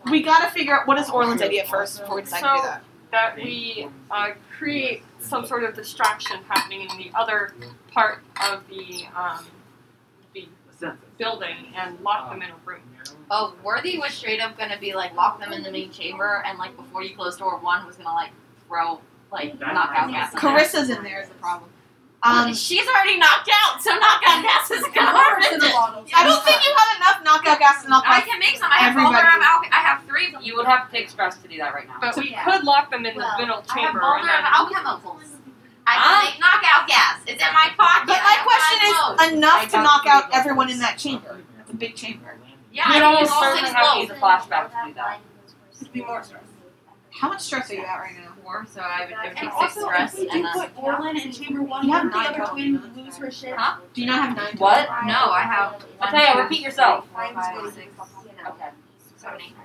[SPEAKER 6] we gotta figure out what is Orland's idea first before we decide to do
[SPEAKER 3] So-
[SPEAKER 6] that.
[SPEAKER 3] that we uh, create some sort of distraction happening in the other part of the um, the building and lock them in a room.
[SPEAKER 9] Oh, Worthy was straight up gonna be like lock them in the main chamber, and like before you close door one was gonna like throw like knockout gas. in there.
[SPEAKER 6] Carissa's in there is the problem. Um,
[SPEAKER 9] she's already knocked out, so
[SPEAKER 2] <laughs>
[SPEAKER 9] knockout gas is gonna hurt
[SPEAKER 7] in the
[SPEAKER 9] it.
[SPEAKER 7] bottle.
[SPEAKER 6] I don't think you have enough knockout gas to knock
[SPEAKER 9] I
[SPEAKER 6] out.
[SPEAKER 9] can make some. I have Boulder.
[SPEAKER 6] Everybody.
[SPEAKER 9] I have, Al- I have three. of them.
[SPEAKER 2] You would have to take stress to do that right now.
[SPEAKER 3] But we
[SPEAKER 9] Yeah.
[SPEAKER 3] could lock them in the
[SPEAKER 9] Well,
[SPEAKER 3] middle
[SPEAKER 9] I have
[SPEAKER 3] chamber.
[SPEAKER 9] Boulder.
[SPEAKER 3] and
[SPEAKER 9] I have alchemicals. I
[SPEAKER 7] Uh,
[SPEAKER 2] Huh?
[SPEAKER 9] make knockout gas. It's in my pocket.
[SPEAKER 6] But
[SPEAKER 9] I
[SPEAKER 6] my
[SPEAKER 9] have five loads.
[SPEAKER 6] question is
[SPEAKER 8] I
[SPEAKER 6] enough to
[SPEAKER 8] got
[SPEAKER 6] knock
[SPEAKER 8] three
[SPEAKER 6] out
[SPEAKER 8] votes.
[SPEAKER 6] everyone in that chamber. It's a big chamber.
[SPEAKER 9] yeah,
[SPEAKER 2] You'd
[SPEAKER 9] I need
[SPEAKER 2] almost
[SPEAKER 9] all
[SPEAKER 2] certainly
[SPEAKER 9] six
[SPEAKER 2] have to
[SPEAKER 9] loads.
[SPEAKER 2] use a flashback to do that.
[SPEAKER 7] It'd be more stressful.
[SPEAKER 6] How much stress are you at right now?
[SPEAKER 9] Four, so I would give
[SPEAKER 7] And
[SPEAKER 9] me six
[SPEAKER 7] also,
[SPEAKER 9] stress
[SPEAKER 7] if we
[SPEAKER 9] and
[SPEAKER 7] do
[SPEAKER 9] a
[SPEAKER 7] put Orlin in chamber one,
[SPEAKER 6] Yeah,
[SPEAKER 7] wouldn't the
[SPEAKER 6] nine
[SPEAKER 7] other twin lose her shit?
[SPEAKER 9] huh?
[SPEAKER 6] Do you not have nine?
[SPEAKER 2] <laughs> What?
[SPEAKER 9] No, I have.
[SPEAKER 2] I'll
[SPEAKER 9] one,
[SPEAKER 2] tell
[SPEAKER 9] two,
[SPEAKER 2] you, repeat yourself.
[SPEAKER 9] three, four, five, six,
[SPEAKER 2] Okay.
[SPEAKER 9] seven, eight.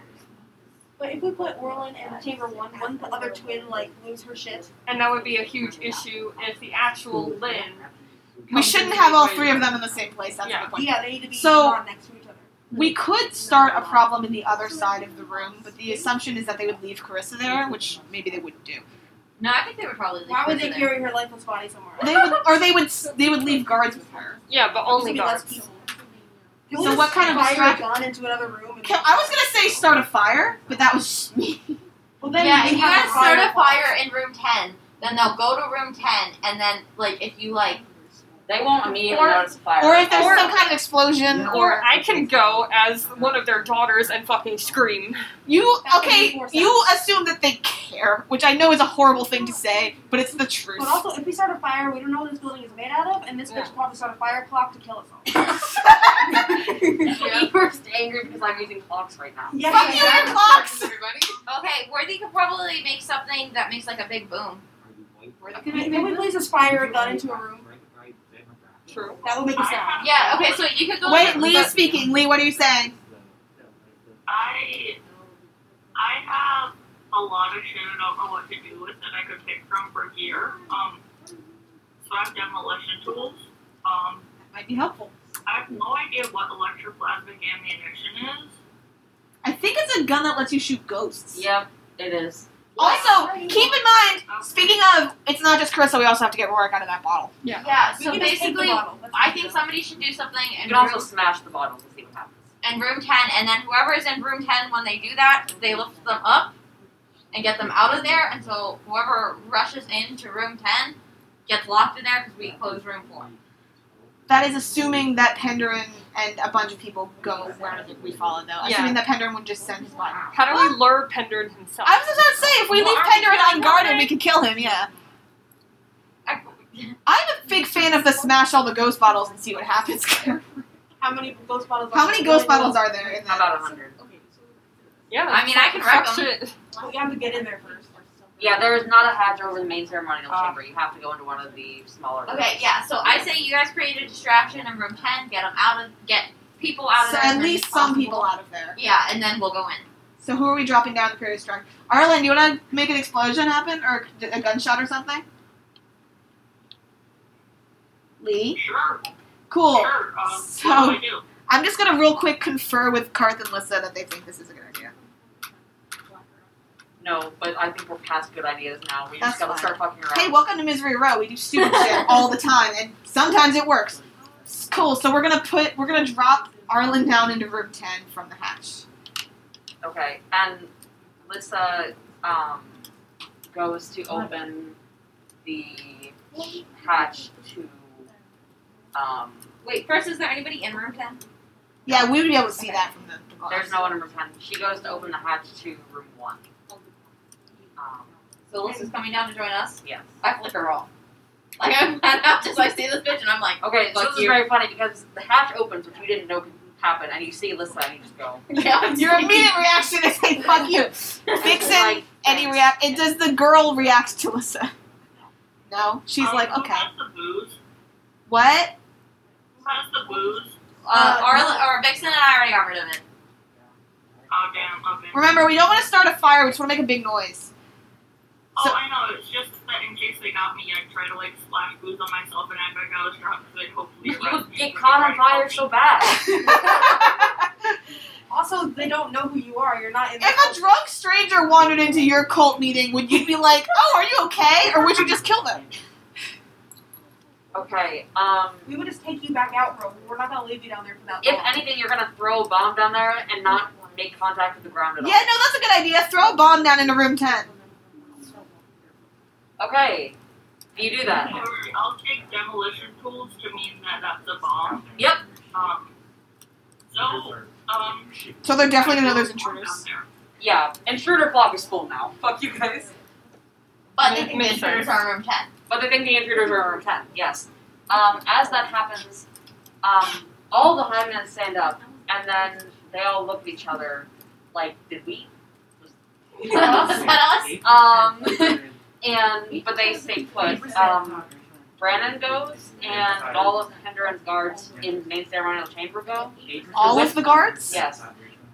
[SPEAKER 7] But if we put Orlin in chamber one, wouldn't the other twin like lose her shit?
[SPEAKER 3] And that would be a huge issue if the actual Lynn.
[SPEAKER 6] We shouldn't have all three of them in the same place. That's
[SPEAKER 3] Yeah.
[SPEAKER 6] my point.
[SPEAKER 7] Yeah, they need to be
[SPEAKER 6] So-
[SPEAKER 7] drawn next to each other.
[SPEAKER 6] We could start a problem in the other side of the room, but the assumption is that they would leave Carissa there, which maybe they wouldn't do.
[SPEAKER 9] No, I think they would probably. leave
[SPEAKER 7] Why would they
[SPEAKER 9] Chris in there.
[SPEAKER 7] carry her lifeless body somewhere?
[SPEAKER 6] They would, or they would they would leave guards with her.
[SPEAKER 3] Yeah, but
[SPEAKER 7] There's
[SPEAKER 3] only
[SPEAKER 7] gonna be less
[SPEAKER 3] guards.
[SPEAKER 7] people.
[SPEAKER 6] So what kind of
[SPEAKER 7] fire
[SPEAKER 6] distract-
[SPEAKER 7] a gun into another room? And
[SPEAKER 6] Can- I was gonna say start a fire, but that was me.
[SPEAKER 7] Well, then
[SPEAKER 9] yeah,
[SPEAKER 7] we
[SPEAKER 9] if you
[SPEAKER 7] have a
[SPEAKER 9] guys start a
[SPEAKER 7] fireball.
[SPEAKER 9] fire in room ten, then they'll go to room ten, and then like if you like,
[SPEAKER 2] They won't immediately
[SPEAKER 3] Or-
[SPEAKER 2] notice a fire.
[SPEAKER 6] Or if there's
[SPEAKER 3] Or-
[SPEAKER 6] some kind of explosion,
[SPEAKER 3] Or
[SPEAKER 6] or
[SPEAKER 3] I can go as one of their daughters and fucking scream.
[SPEAKER 6] you
[SPEAKER 7] That would make
[SPEAKER 6] okay,
[SPEAKER 7] more sense.
[SPEAKER 6] you assume that they care, which I know is a horrible thing to say, but it's the truth.
[SPEAKER 7] But also, if we start a fire, we don't know what this building is made out of, and this bitch probably start a fire clock to kill us all.
[SPEAKER 2] You were angry because I'm using clocks right now.
[SPEAKER 7] Yeah,
[SPEAKER 6] Fuck you and clocks.
[SPEAKER 11] Everybody.
[SPEAKER 9] okay, Worthy could probably make something that makes like a big boom.
[SPEAKER 7] If we place a fire gun into a room,
[SPEAKER 3] <laughs> True.
[SPEAKER 7] that would make a sound.
[SPEAKER 9] Yeah, okay, so you could go.
[SPEAKER 6] Wait, Lee is
[SPEAKER 9] Lee's.
[SPEAKER 6] speaking. Lee, what are you saying?
[SPEAKER 10] I I have a lot of shit I don't know what to do with that I could pick from for gear. Um, so I have demolition tools. Um,
[SPEAKER 6] That might be helpful.
[SPEAKER 10] I have no idea what electroplasmic ammunition is.
[SPEAKER 6] I think it's a gun that lets you shoot ghosts.
[SPEAKER 2] Yep, it is.
[SPEAKER 6] Also, keep in mind, speaking of, it's not just Carissa. We also have to get Rorik out of that bottle.
[SPEAKER 9] Yeah,
[SPEAKER 7] We
[SPEAKER 9] so
[SPEAKER 7] can just take the
[SPEAKER 9] basically,
[SPEAKER 7] bottle. That's
[SPEAKER 9] I
[SPEAKER 7] fine.
[SPEAKER 9] think somebody should do something
[SPEAKER 2] You
[SPEAKER 9] in
[SPEAKER 2] can also
[SPEAKER 9] room,
[SPEAKER 2] smash the bottle and see what happens.
[SPEAKER 9] in room ten, and then whoever is in room ten when they do that, they lift them up and get them out of there until whoever rushes into room ten gets locked in there because we close room four.
[SPEAKER 6] That is assuming that Penderin and a bunch of people go where we follow, though.
[SPEAKER 3] Yeah.
[SPEAKER 6] Assuming that Penderin would just send his body.
[SPEAKER 3] How do we lure Pendern himself?
[SPEAKER 6] I was just about to say, if we
[SPEAKER 9] Well,
[SPEAKER 6] leave
[SPEAKER 9] aren't
[SPEAKER 6] Penderin
[SPEAKER 9] we
[SPEAKER 6] unguarded,
[SPEAKER 9] gonna-
[SPEAKER 6] we could kill him. Yeah.
[SPEAKER 9] I-
[SPEAKER 6] I'm a big fan of the smash all the ghost bottles and see what happens. <laughs> How
[SPEAKER 7] How many ghost bottles?
[SPEAKER 6] many ghost bottles are there in
[SPEAKER 2] How
[SPEAKER 6] that?
[SPEAKER 2] about a hundred?
[SPEAKER 3] Yeah.
[SPEAKER 9] I mean, I can wreck
[SPEAKER 3] fuck
[SPEAKER 9] them.
[SPEAKER 3] shit.
[SPEAKER 7] Well, you have to get in there first.
[SPEAKER 2] Yeah, there is not a hatch over the main ceremonial
[SPEAKER 3] Uh,
[SPEAKER 2] chamber. You have to go into one of the smaller.
[SPEAKER 9] Okay, yeah. So I say you guys create a distraction in room ten. Get them out of. Get people out of
[SPEAKER 6] So
[SPEAKER 9] there. as
[SPEAKER 6] at
[SPEAKER 9] many
[SPEAKER 6] least
[SPEAKER 9] as
[SPEAKER 6] some
[SPEAKER 9] possible.
[SPEAKER 6] people out of there.
[SPEAKER 9] Yeah, and then we'll go in.
[SPEAKER 6] So who are we dropping down the period strike? Arlen, you want to make an explosion happen or a gunshot or something? Lee,
[SPEAKER 10] Sure,
[SPEAKER 6] cool.
[SPEAKER 10] sure. Um,
[SPEAKER 6] So-
[SPEAKER 10] what do I do?
[SPEAKER 6] I'm just gonna real quick confer with Karth and Lissa that they think this is a good idea.
[SPEAKER 2] No, but I think we're past good ideas now. We
[SPEAKER 6] That's
[SPEAKER 2] just gotta
[SPEAKER 6] fine.
[SPEAKER 2] start fucking around.
[SPEAKER 6] Hey, welcome to Misery Row. We do stupid shit all the time, and sometimes it works. It's cool. So we're gonna put we're gonna drop Arlen down into room ten from the hatch.
[SPEAKER 2] Okay, and Lissa um, goes to open the hatch to. Um,
[SPEAKER 9] Wait, first, is there anybody in room ten?
[SPEAKER 6] Yeah, we would be able to see that from the. the glass.
[SPEAKER 2] there's no one in room 10. She goes to open the hatch to room 1. Um,
[SPEAKER 9] So Liz is coming down to join us.
[SPEAKER 2] yes.
[SPEAKER 9] I flicker off. Like I'm <laughs> out just I see this bitch and
[SPEAKER 6] <laughs>
[SPEAKER 9] I'm like,
[SPEAKER 2] Okay, so
[SPEAKER 9] Fuck
[SPEAKER 2] this is
[SPEAKER 9] you.
[SPEAKER 2] very funny because the hatch opens, which we didn't know could happen, and you see Lissa and you just go.
[SPEAKER 9] yeah.
[SPEAKER 6] Your immediate reaction is like "fuck you." Vixen,
[SPEAKER 2] Like,
[SPEAKER 6] Eddie react. It does the girl react to Lissa? <laughs> No, she's
[SPEAKER 10] Um,
[SPEAKER 6] like,
[SPEAKER 10] who
[SPEAKER 6] okay,
[SPEAKER 10] has the booze?
[SPEAKER 6] what?
[SPEAKER 10] Who has the booze?
[SPEAKER 9] <laughs> Uh, Arla, or Vixen and I already got rid of it.
[SPEAKER 10] Oh damn. Okay.
[SPEAKER 6] Remember, we don't want to start a fire. We just want to make a big noise.
[SPEAKER 10] Oh,
[SPEAKER 6] So-
[SPEAKER 10] I know. It's just that in case they got me, I try to like splash booze on myself and act like I was drunk because they'd hopefully
[SPEAKER 2] You
[SPEAKER 10] arrest
[SPEAKER 2] would
[SPEAKER 10] me
[SPEAKER 2] get
[SPEAKER 10] for
[SPEAKER 2] caught on
[SPEAKER 10] trying to help
[SPEAKER 2] fire so bad.
[SPEAKER 7] Also, they don't know who you are. You're not in. the
[SPEAKER 6] If a drunk stranger wandered into your cult meeting, would you be like, "Oh, are you okay?" Or would you just kill them?
[SPEAKER 2] Okay, um.
[SPEAKER 7] we would just take you back out, bro. We're not gonna leave you down there for that
[SPEAKER 2] If
[SPEAKER 7] long.
[SPEAKER 2] anything, you're gonna throw a bomb down there and not make contact with the ground at
[SPEAKER 6] Yeah, no, that's a good idea. Throw a bomb down into room ten.
[SPEAKER 2] all. Okay, you do that.
[SPEAKER 10] Or I'll take demolition tools to mean that that's a bomb.
[SPEAKER 2] Yep.
[SPEAKER 10] Um, so, um,
[SPEAKER 6] So they're definitely gonna know there's intruders.
[SPEAKER 2] Yeah, intruder block is full now. <laughs> Fuck you guys.
[SPEAKER 9] But they
[SPEAKER 3] Make-
[SPEAKER 9] can
[SPEAKER 3] make
[SPEAKER 9] just put us
[SPEAKER 3] sense.
[SPEAKER 6] <laughs>
[SPEAKER 9] on room ten. <laughs>
[SPEAKER 2] but they think the intruders are room 10. Yes. Um, as that happens, um, all the Highmen stand up, and then they all look at each other like, did
[SPEAKER 6] <laughs>
[SPEAKER 2] we?
[SPEAKER 9] Is that us?
[SPEAKER 2] Um, and but they stay put. Um, Brandon goes, and all of the Hindrance guards in the main ceremonial chamber go.
[SPEAKER 6] All of the guards?
[SPEAKER 2] Yes.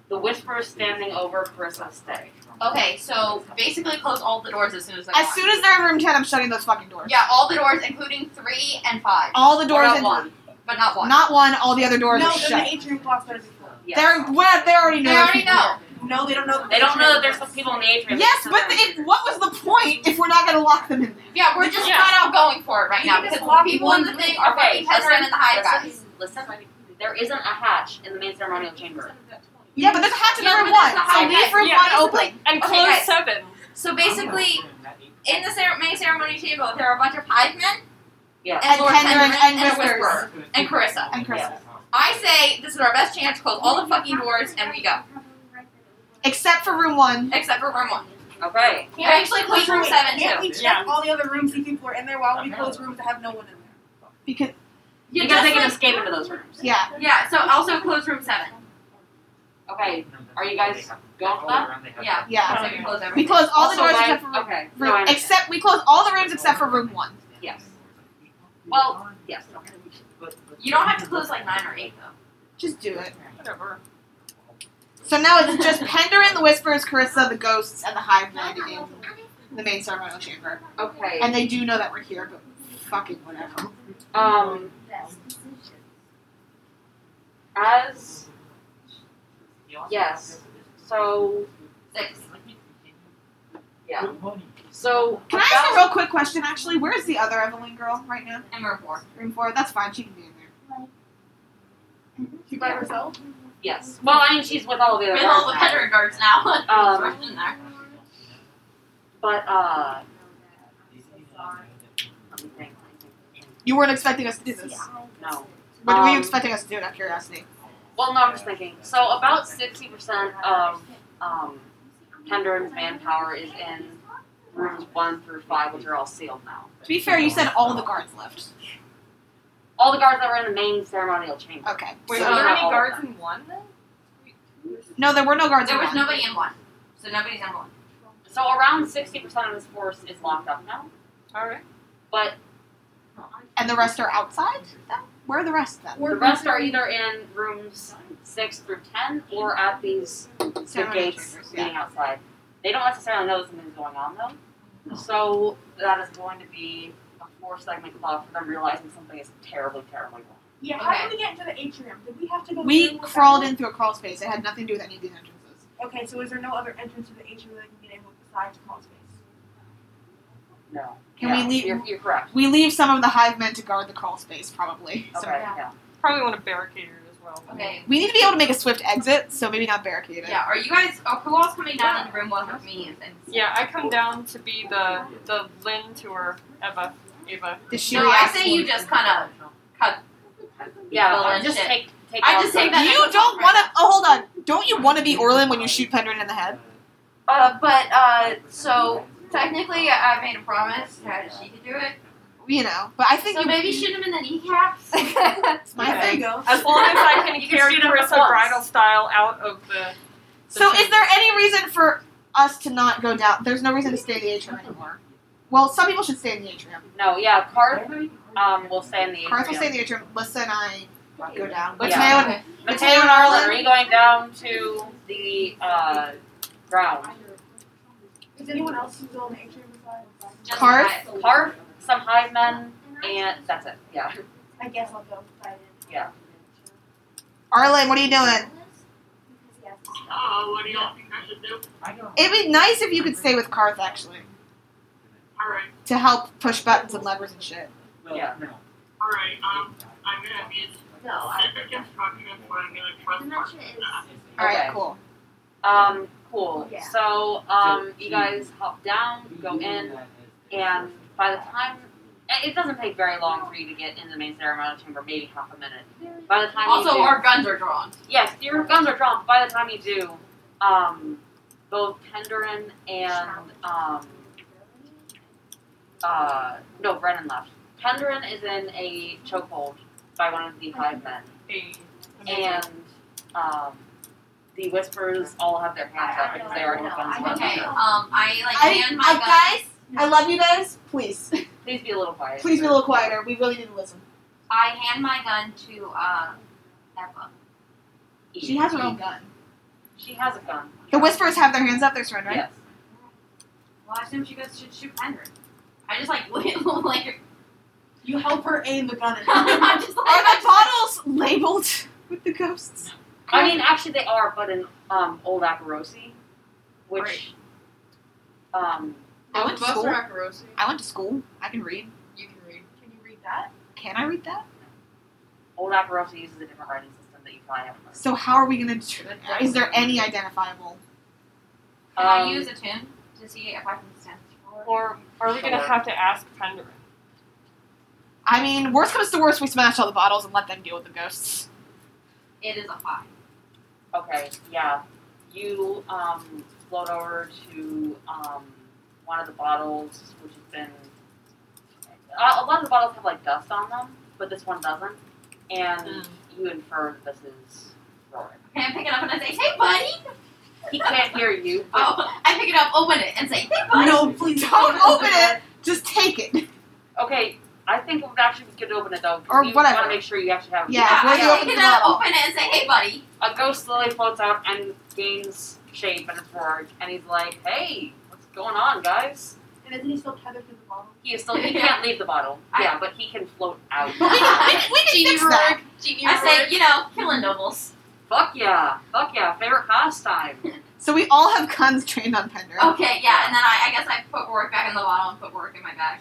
[SPEAKER 2] The Whisperers standing over Carissa stay.
[SPEAKER 9] Okay, so basically close all the doors as soon as I
[SPEAKER 6] As
[SPEAKER 9] want.
[SPEAKER 6] soon as they're in room 10, I'm shutting those fucking doors.
[SPEAKER 9] Yeah, all the doors, including three and five,
[SPEAKER 6] All the
[SPEAKER 2] Or
[SPEAKER 6] doors
[SPEAKER 2] not
[SPEAKER 6] in.
[SPEAKER 2] one.
[SPEAKER 9] but not one.
[SPEAKER 6] Not one, all the other doors
[SPEAKER 7] no,
[SPEAKER 6] are
[SPEAKER 7] then
[SPEAKER 6] shut.
[SPEAKER 7] the atrium clock better be full.
[SPEAKER 2] Yes.
[SPEAKER 6] They're, well, they already know.
[SPEAKER 9] They already
[SPEAKER 6] people.
[SPEAKER 9] know.
[SPEAKER 7] No, they don't know.
[SPEAKER 2] They don't know that there's some people in the atrium.
[SPEAKER 6] Yes, but the, it, what was the point if we're not going to lock them in there?
[SPEAKER 9] Yeah, we're just
[SPEAKER 2] Yeah.
[SPEAKER 9] flat out going for it right
[SPEAKER 7] You
[SPEAKER 9] now
[SPEAKER 7] can
[SPEAKER 9] because
[SPEAKER 7] just lock
[SPEAKER 9] people
[SPEAKER 7] people
[SPEAKER 9] in the
[SPEAKER 7] in
[SPEAKER 9] thing are
[SPEAKER 2] okay,
[SPEAKER 9] fucking Hezerin and the Hive guys.
[SPEAKER 2] listen, listen. There isn't a hatch in the main ceremonial chamber.
[SPEAKER 6] Yeah, but there's a hatch in
[SPEAKER 9] Yeah,
[SPEAKER 6] room
[SPEAKER 9] but there's
[SPEAKER 6] one.
[SPEAKER 9] a
[SPEAKER 6] So
[SPEAKER 9] hatch.
[SPEAKER 6] leave room
[SPEAKER 2] Yeah,
[SPEAKER 6] one open.
[SPEAKER 2] And
[SPEAKER 9] Okay, guys.
[SPEAKER 2] seven.
[SPEAKER 9] So basically, in the cer- main ceremony table, there are a bunch of Hive men
[SPEAKER 2] Yes.
[SPEAKER 9] and Lord
[SPEAKER 6] Kendrin
[SPEAKER 9] Kendrin
[SPEAKER 6] and
[SPEAKER 9] and the
[SPEAKER 6] Whispers.
[SPEAKER 9] Whisperer and Carissa.
[SPEAKER 6] And Chris.
[SPEAKER 9] I say this is our best chance to close all the fucking doors and we go,
[SPEAKER 6] Except for room one.
[SPEAKER 9] except for room one.
[SPEAKER 2] Okay.
[SPEAKER 9] We actually close room seven
[SPEAKER 7] Can't
[SPEAKER 9] too.
[SPEAKER 7] we check
[SPEAKER 10] Yeah.
[SPEAKER 7] all the other rooms if people are in there while we close rooms that have no one in there?
[SPEAKER 6] Because,
[SPEAKER 9] You
[SPEAKER 2] because
[SPEAKER 9] just
[SPEAKER 2] they can
[SPEAKER 9] like-
[SPEAKER 2] escape into those rooms.
[SPEAKER 6] yeah.
[SPEAKER 9] Yeah. So also close room seven.
[SPEAKER 2] Okay.
[SPEAKER 12] Are you guys going for that?
[SPEAKER 9] Yeah.
[SPEAKER 6] Yeah.
[SPEAKER 9] So we close
[SPEAKER 6] We
[SPEAKER 9] everything.
[SPEAKER 6] close all
[SPEAKER 2] Also,
[SPEAKER 6] the doors
[SPEAKER 2] why-
[SPEAKER 6] except for room,
[SPEAKER 2] Okay. no, I
[SPEAKER 6] room
[SPEAKER 2] understand.
[SPEAKER 6] except we close all the rooms except for room one.
[SPEAKER 2] Yes.
[SPEAKER 12] Well,
[SPEAKER 2] Yes. Okay.
[SPEAKER 9] You don't have to close like nine or eight though.
[SPEAKER 6] Just do it.
[SPEAKER 2] Whatever.
[SPEAKER 6] So now it's just Pender and the Whispers, Carissa, the Ghosts, and the Hive Mind in the main ceremonial chamber.
[SPEAKER 2] Okay.
[SPEAKER 6] And they do know that we're here, but fucking whatever.
[SPEAKER 2] Um. As
[SPEAKER 12] Yes.
[SPEAKER 2] so.
[SPEAKER 9] Six.
[SPEAKER 2] Yeah. So.
[SPEAKER 6] Can I ask a real quick question, actually? Where is the other Evelyn girl right now?
[SPEAKER 9] And room four.
[SPEAKER 6] Room four? That's fine. She can be in there.
[SPEAKER 7] She by herself?
[SPEAKER 2] Yes. Well, I mean, she's with all the other.
[SPEAKER 9] With all the
[SPEAKER 2] guys now.
[SPEAKER 9] Pedro guards now. <laughs>
[SPEAKER 2] Um,
[SPEAKER 9] We're in there.
[SPEAKER 2] But uh. Let me think.
[SPEAKER 6] You weren't expecting us to do this.
[SPEAKER 2] No.
[SPEAKER 6] What were you
[SPEAKER 2] Um,
[SPEAKER 6] expecting us to do, out of curiosity?
[SPEAKER 2] Well, no, I'm just thinking. So about sixty percent of um, Kendron's manpower is in rooms one through five, which are all sealed now.
[SPEAKER 6] To be fair, you said all the guards left.
[SPEAKER 2] All the guards that were in the main ceremonial chamber.
[SPEAKER 6] Okay.
[SPEAKER 3] Wait,
[SPEAKER 2] So
[SPEAKER 3] are there
[SPEAKER 2] not
[SPEAKER 3] any
[SPEAKER 2] all of
[SPEAKER 3] guards
[SPEAKER 2] them.
[SPEAKER 3] in one then?
[SPEAKER 6] No, there were no guards.
[SPEAKER 9] There
[SPEAKER 6] in
[SPEAKER 9] was
[SPEAKER 6] one.
[SPEAKER 9] nobody in one, so nobody's in one.
[SPEAKER 2] So around sixty percent of this force is locked up now.
[SPEAKER 3] Alright.
[SPEAKER 2] But
[SPEAKER 6] And the rest are outside? Then? Where are the rest then?
[SPEAKER 2] the rest are either in rooms six through ten or at these the
[SPEAKER 6] Ceremonial
[SPEAKER 2] gates
[SPEAKER 6] chambers, yeah.
[SPEAKER 2] being outside. They don't necessarily know that something's going on though. So that is going to be a four segment club for them realizing something is terribly, terribly wrong.
[SPEAKER 7] Yeah,
[SPEAKER 9] Okay.
[SPEAKER 7] how did we get into the atrium? Did we have to go
[SPEAKER 6] We
[SPEAKER 7] through with
[SPEAKER 6] crawled
[SPEAKER 7] that?
[SPEAKER 6] in through a crawl space. It had nothing to do with any of these entrances.
[SPEAKER 7] Okay, so is there no other entrance to the atrium that we can get in besides crawl space?
[SPEAKER 2] No.
[SPEAKER 6] Can
[SPEAKER 2] Yeah,
[SPEAKER 6] we leave-
[SPEAKER 2] You're, you're correct.
[SPEAKER 6] We leave some of the hive men to guard the crawl space, probably.
[SPEAKER 2] Okay.
[SPEAKER 6] So
[SPEAKER 9] yeah.
[SPEAKER 2] yeah.
[SPEAKER 3] Probably want to barricade it as well.
[SPEAKER 9] Okay.
[SPEAKER 6] we need to be able to make a swift exit, so maybe not barricade it.
[SPEAKER 9] Yeah. Are you guys? Oh, who all's coming down in room one with me? And, and
[SPEAKER 3] Yeah, I come down to be the the Lynn to her Eva. Eva.
[SPEAKER 6] The she
[SPEAKER 9] no, I say you just kind of cut.
[SPEAKER 2] Yeah,
[SPEAKER 9] Well,
[SPEAKER 2] I'll just
[SPEAKER 9] shit.
[SPEAKER 2] take take.
[SPEAKER 9] I
[SPEAKER 2] all
[SPEAKER 9] just
[SPEAKER 2] of
[SPEAKER 9] take
[SPEAKER 2] them.
[SPEAKER 9] that-
[SPEAKER 6] You don't want to. Oh, hold on. Don't you want to be Orlin when you shoot Pendrin in the head?
[SPEAKER 9] Uh, but uh, so technically, uh, I I made a promise that she could do it.
[SPEAKER 6] You know. But I think
[SPEAKER 9] So
[SPEAKER 6] you,
[SPEAKER 9] maybe shoot him in the kneecaps.
[SPEAKER 6] <laughs> it's my
[SPEAKER 7] there
[SPEAKER 6] thing.
[SPEAKER 7] you go.
[SPEAKER 3] As long as I can
[SPEAKER 2] You can
[SPEAKER 3] carry
[SPEAKER 2] shoot him at
[SPEAKER 3] Carissa
[SPEAKER 2] once.
[SPEAKER 3] bridal style out of the. the
[SPEAKER 6] So is there any reason for us to not go down? There's no reason to stay in the atrium anymore. Well, some people should stay in the atrium.
[SPEAKER 2] No, yeah, Karth um will stay in the
[SPEAKER 6] Karth
[SPEAKER 2] atrium.
[SPEAKER 6] will stay in the atrium. Lissa and I go down. But
[SPEAKER 2] Yeah.
[SPEAKER 6] Mateo and-
[SPEAKER 9] Okay.
[SPEAKER 6] Mateo and
[SPEAKER 2] Arlen, are
[SPEAKER 6] Arlen.
[SPEAKER 2] you going down to the uh ground?
[SPEAKER 7] Is anyone else who's still in the atrium besides?
[SPEAKER 9] Just
[SPEAKER 6] Karth?
[SPEAKER 9] cut.
[SPEAKER 2] Karth, some hive men, and that's it. Yeah.
[SPEAKER 7] I guess I'll go. if I didn't.
[SPEAKER 2] Yeah.
[SPEAKER 6] Arlen, what are you doing?
[SPEAKER 7] Yes.
[SPEAKER 10] Oh, what do y'all think I should do?
[SPEAKER 6] It'd be nice if you could stay with Karth actually
[SPEAKER 10] Alright,
[SPEAKER 6] to help push buttons and levers and shit.
[SPEAKER 2] Yeah.
[SPEAKER 10] alright, um, I'm gonna use
[SPEAKER 9] No, I-
[SPEAKER 10] civic instruction, but I'm gonna trust Mark.
[SPEAKER 6] All right,
[SPEAKER 2] Okay.
[SPEAKER 6] cool.
[SPEAKER 2] Um, cool.
[SPEAKER 7] Yeah.
[SPEAKER 2] So um you guys hop down, go in, and by the time it- it doesn't take very long for you to get in the main ceremonial chamber, maybe half a minute. By the time you
[SPEAKER 9] Also,
[SPEAKER 2] do,
[SPEAKER 9] our guns are drawn.
[SPEAKER 2] Yes, your guns are drawn. By the time you do, um, both Penderin and um, Uh, no, Brennan left. Pendrin is in a chokehold by one of the five men, and um, the whispers all have their hands up because they are defenseless.
[SPEAKER 9] Okay, um, I like
[SPEAKER 6] I-
[SPEAKER 9] hand
[SPEAKER 6] I-
[SPEAKER 9] my guys.
[SPEAKER 6] I love you guys. Please,
[SPEAKER 2] Please be a little quiet.
[SPEAKER 6] please be a little quieter. We really didn't listen.
[SPEAKER 9] I hand my gun to uh, Eva.
[SPEAKER 6] She has her own gun.
[SPEAKER 2] She has a gun.
[SPEAKER 6] The whisperers have their hands up. They're surrendering.
[SPEAKER 2] Yes.
[SPEAKER 9] Well, I assume she goes to shoot Ender. I just like <laughs> like
[SPEAKER 7] You help her aim the <laughs> gun at him.
[SPEAKER 9] I'm just like
[SPEAKER 6] Are the bottles labeled with the ghosts?
[SPEAKER 2] I mean, actually, they are, but in um, Old Akarosi, which um,
[SPEAKER 6] I went to
[SPEAKER 11] Buster
[SPEAKER 6] school.
[SPEAKER 11] Akarosi.
[SPEAKER 6] I went to school. I can read.
[SPEAKER 11] You can read.
[SPEAKER 7] Can you read that?
[SPEAKER 6] Can I read that?
[SPEAKER 2] Old Akarosi uses a different writing system that you find everywhere.
[SPEAKER 6] So how are we gonna? Tr- is there any identifiable?
[SPEAKER 9] Can I
[SPEAKER 2] Um,
[SPEAKER 9] use a tune to see if I can sense forward?
[SPEAKER 3] Or are we gonna
[SPEAKER 2] Sure.
[SPEAKER 3] have to ask Penderin?
[SPEAKER 6] I mean, worst comes to worst, we smash all the bottles and let them deal with the ghosts.
[SPEAKER 9] It is a five.
[SPEAKER 2] Okay, yeah. You um, float over to um, one of the bottles, which has been. Uh, a lot of the bottles have like dust on them, but this one doesn't. And you infer that this is Rorik.
[SPEAKER 9] Okay, I pick it up and I say, "Hey, buddy!"
[SPEAKER 2] He can't hear you. but-
[SPEAKER 9] Oh, I pick it up, open it, and say, "Hey,
[SPEAKER 6] <laughs>
[SPEAKER 9] buddy!" <laughs>
[SPEAKER 6] No, please don't open it. Just take it.
[SPEAKER 2] Okay, I think it would actually be good to open it though. 'cause
[SPEAKER 6] Or
[SPEAKER 2] you
[SPEAKER 6] whatever.
[SPEAKER 2] want to make sure you actually have it.
[SPEAKER 6] Yeah, where do you
[SPEAKER 9] I
[SPEAKER 6] open
[SPEAKER 9] pick it
[SPEAKER 6] the
[SPEAKER 9] up,
[SPEAKER 6] bottle?
[SPEAKER 9] open it, and say, "Hey, buddy!"
[SPEAKER 2] A ghost slowly floats out and gains shape and form, and he's like, "Hey, what's going on, guys?"
[SPEAKER 7] And isn't he still tethered to the bottle?
[SPEAKER 2] He is still he can't leave the bottle.
[SPEAKER 9] I-
[SPEAKER 2] Yeah, but he can float out. <laughs>
[SPEAKER 6] We can, we can, we can
[SPEAKER 11] Genie
[SPEAKER 6] fix that.
[SPEAKER 11] Rourke. Genie
[SPEAKER 9] I
[SPEAKER 11] Rourke.
[SPEAKER 9] say, "You know, killing nobles."
[SPEAKER 2] Fuck yeah. Fuck yeah. Favorite pastime.
[SPEAKER 6] So we all have guns trained on Pender.
[SPEAKER 9] Okay, yeah, and then I, I guess I put work back in the bottle and put work in my bag.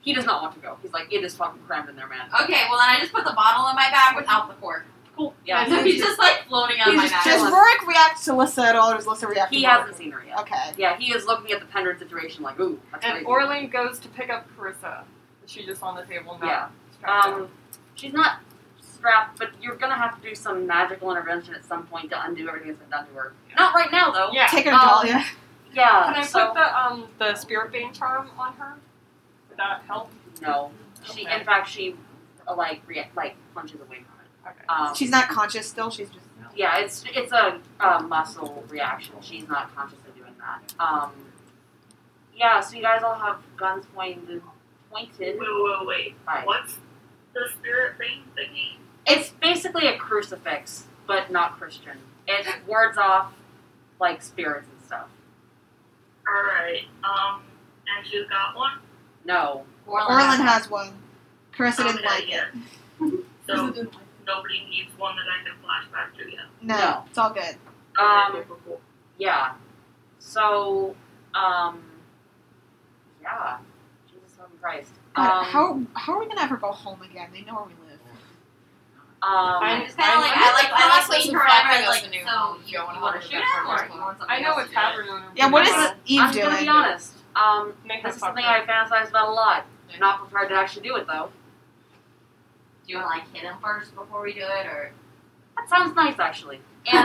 [SPEAKER 2] He does not want to go. He's like, it is fucking crammed in there, man.
[SPEAKER 3] Uh,
[SPEAKER 9] Okay, well then I just put the bottle in my bag without the cork.
[SPEAKER 2] Cool. Yeah.
[SPEAKER 9] So he's just like floating on
[SPEAKER 2] He's
[SPEAKER 9] my
[SPEAKER 2] just-
[SPEAKER 9] bag.
[SPEAKER 6] Does Rorik react to Lissa at all, or does Lissa react
[SPEAKER 2] <laughs>
[SPEAKER 6] to
[SPEAKER 2] He
[SPEAKER 6] Rorik?
[SPEAKER 2] hasn't seen her yet.
[SPEAKER 6] Okay.
[SPEAKER 2] Yeah, he is looking at the pendant situation like, ooh, that's
[SPEAKER 3] And
[SPEAKER 2] crazy.
[SPEAKER 3] Orly goes to pick up Carissa. She's just on the table now.
[SPEAKER 2] Yeah. Um, she's not strapped, but you're gonna have to do some magical intervention at some point to undo everything that's been done to her. Not right now, though.
[SPEAKER 3] yeah.
[SPEAKER 6] Take her to
[SPEAKER 2] Um,
[SPEAKER 6] Dahlia.
[SPEAKER 2] Yeah.
[SPEAKER 3] Can I
[SPEAKER 2] so,
[SPEAKER 3] put the um the spirit bane charm on her? Would that help?
[SPEAKER 2] No. She, in
[SPEAKER 3] Okay.
[SPEAKER 2] fact, she uh, like react, like punches away from it.
[SPEAKER 3] Okay.
[SPEAKER 2] Um,
[SPEAKER 6] She's not conscious still. She's just.
[SPEAKER 2] Yeah, it's it's a, a muscle reaction. She's not conscious of doing that. Um, yeah, so you guys all have guns pointed.
[SPEAKER 10] Wait,
[SPEAKER 2] Pointed.
[SPEAKER 10] wait, wait.
[SPEAKER 2] Right.
[SPEAKER 10] What's the spirit thing thingy?
[SPEAKER 2] It's basically a crucifix, but not Christian. It wards off like spirits and stuff.
[SPEAKER 10] Alright, um, and she's got one?
[SPEAKER 2] No,
[SPEAKER 6] Orlin has one. Carissa
[SPEAKER 2] Oh,
[SPEAKER 6] didn't
[SPEAKER 10] Okay,
[SPEAKER 6] like it.
[SPEAKER 10] yeah. So nobody needs one that I can flash back to yet.
[SPEAKER 6] No,
[SPEAKER 2] No.
[SPEAKER 6] it's all good.
[SPEAKER 2] Um,
[SPEAKER 10] Cool.
[SPEAKER 2] yeah. So, um, yeah. Jesus fucking Christ.
[SPEAKER 6] God,
[SPEAKER 2] Um,
[SPEAKER 6] Uh, how how are we gonna ever go home again? They know where we live.
[SPEAKER 2] um,
[SPEAKER 3] I'm-
[SPEAKER 9] It's kind of like
[SPEAKER 11] I'm
[SPEAKER 9] I like
[SPEAKER 11] in the
[SPEAKER 9] I like
[SPEAKER 11] process
[SPEAKER 9] waiting
[SPEAKER 11] of
[SPEAKER 9] for
[SPEAKER 11] finding
[SPEAKER 9] everyone
[SPEAKER 11] us
[SPEAKER 9] like
[SPEAKER 11] a new
[SPEAKER 9] so
[SPEAKER 11] home.
[SPEAKER 9] you,
[SPEAKER 11] Yeah, I wanna
[SPEAKER 9] want
[SPEAKER 11] put
[SPEAKER 9] to
[SPEAKER 11] it
[SPEAKER 9] shoot
[SPEAKER 11] back
[SPEAKER 9] him
[SPEAKER 11] on
[SPEAKER 9] or
[SPEAKER 11] this
[SPEAKER 9] you
[SPEAKER 11] one.
[SPEAKER 9] want something
[SPEAKER 3] I know
[SPEAKER 9] else?
[SPEAKER 3] it's happening.
[SPEAKER 6] Yeah, what is
[SPEAKER 2] I'm
[SPEAKER 6] Eve
[SPEAKER 2] I'm gonna
[SPEAKER 6] doing?
[SPEAKER 2] be honest. Um,
[SPEAKER 3] Make her
[SPEAKER 2] this is
[SPEAKER 3] fuck
[SPEAKER 2] something
[SPEAKER 3] her.
[SPEAKER 2] I fantasize about a lot. I'm not prepared to actually do it though.
[SPEAKER 9] Do you want to like hit him first before we do it or?
[SPEAKER 2] That sounds nice actually.
[SPEAKER 6] <laughs>
[SPEAKER 2] And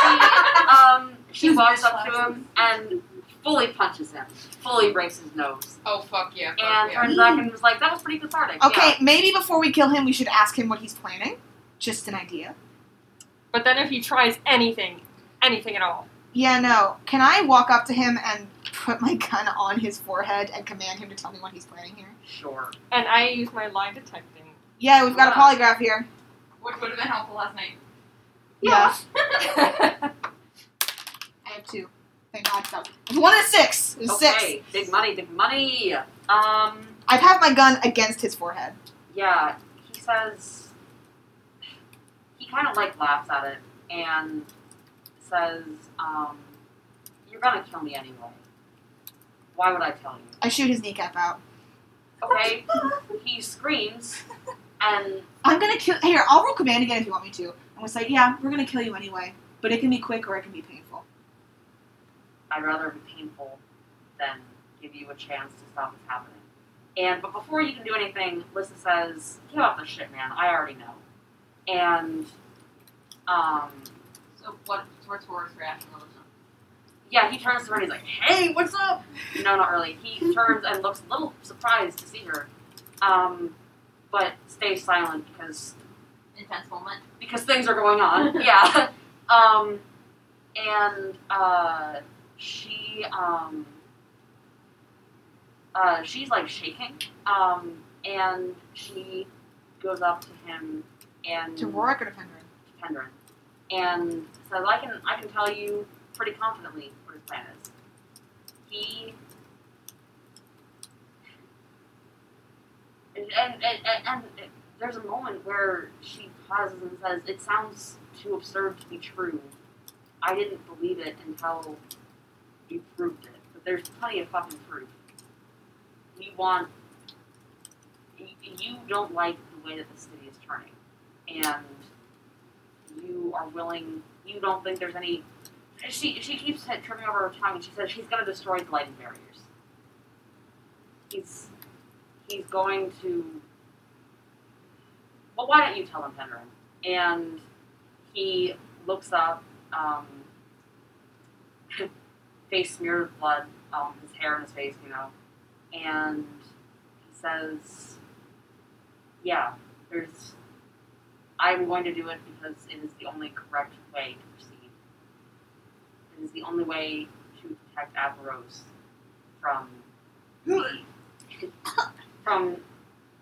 [SPEAKER 2] she, um, she
[SPEAKER 7] Just
[SPEAKER 2] walks
[SPEAKER 7] bitch
[SPEAKER 2] up to
[SPEAKER 7] slaps.
[SPEAKER 2] him and fully punches him, fully breaks his nose,
[SPEAKER 11] Oh fuck yeah. Fuck
[SPEAKER 2] and
[SPEAKER 11] yeah.
[SPEAKER 2] turns back and was like, "That was pretty cathartic."
[SPEAKER 6] Okay, maybe before we kill him, we should ask him what he's planning. Just an idea.
[SPEAKER 3] But then if he tries anything, anything at all,
[SPEAKER 6] Yeah, no. Can I walk up to him and put my gun on his forehead and command him to tell me what he's planning here?
[SPEAKER 2] Yeah, sure.
[SPEAKER 3] and I use my lie detecting.
[SPEAKER 6] Yeah, we've got a
[SPEAKER 2] Wow.
[SPEAKER 6] polygraph here.
[SPEAKER 9] <laughs> Which would have been helpful last <laughs> night.
[SPEAKER 6] Yeah.
[SPEAKER 3] I
[SPEAKER 6] I have two. Thank God. That was- it was One and a six. It was six.
[SPEAKER 2] Okay, big money, big money. Um,
[SPEAKER 6] I'd have my gun against his forehead.
[SPEAKER 2] yeah, he says he kind of like laughs at it and says, um, "You're gonna kill me anyway. Why would I tell you?"
[SPEAKER 6] I shoot his kneecap out.
[SPEAKER 2] Okay, he screams, and
[SPEAKER 6] I'm gonna kill. Here, I'll roll command again if you want me to. I'm gonna say, yeah, we're gonna kill you anyway, but it can be quick or it can be painful.
[SPEAKER 2] I'd rather be painful than give you a chance to stop this happening. And but before you can do anything, Lissa says, "Give up this shit, man. I already know." And um,
[SPEAKER 9] So what what's Rory's reaction?
[SPEAKER 2] Yeah, he turns to her and he's like, "Hey, what's up?" No, not really. He turns and looks a little surprised to see her, um, but stays silent because
[SPEAKER 9] Intense <laughs> moment.
[SPEAKER 2] because things are going on. yeah. Um, and uh, she um, uh, she's like shaking, um, and she goes up to him and
[SPEAKER 6] To Rorik or to Pendrin?
[SPEAKER 2] Pendrin, and says, "I can I can tell you pretty confidently what his plan is. He." And, and, and, and there's a moment where she pauses and says, It sounds too absurd to be true. I didn't believe it until you proved it. But there's plenty of fucking proof. You want. y- You don't like the way that the city is turning. And you are willing. You don't think there's any. She, she keeps hit- tripping over her tongue and she says she's going to destroy the lighting barriers. He's. He's going to well, why don't you tell him, Henry? And he looks up, um, <laughs> face smeared with blood, um, his hair and his face, you know, and he says, Yeah, there's. I'm going to do it because it is the only correct way to proceed. It is the only way to protect Averroes from the, from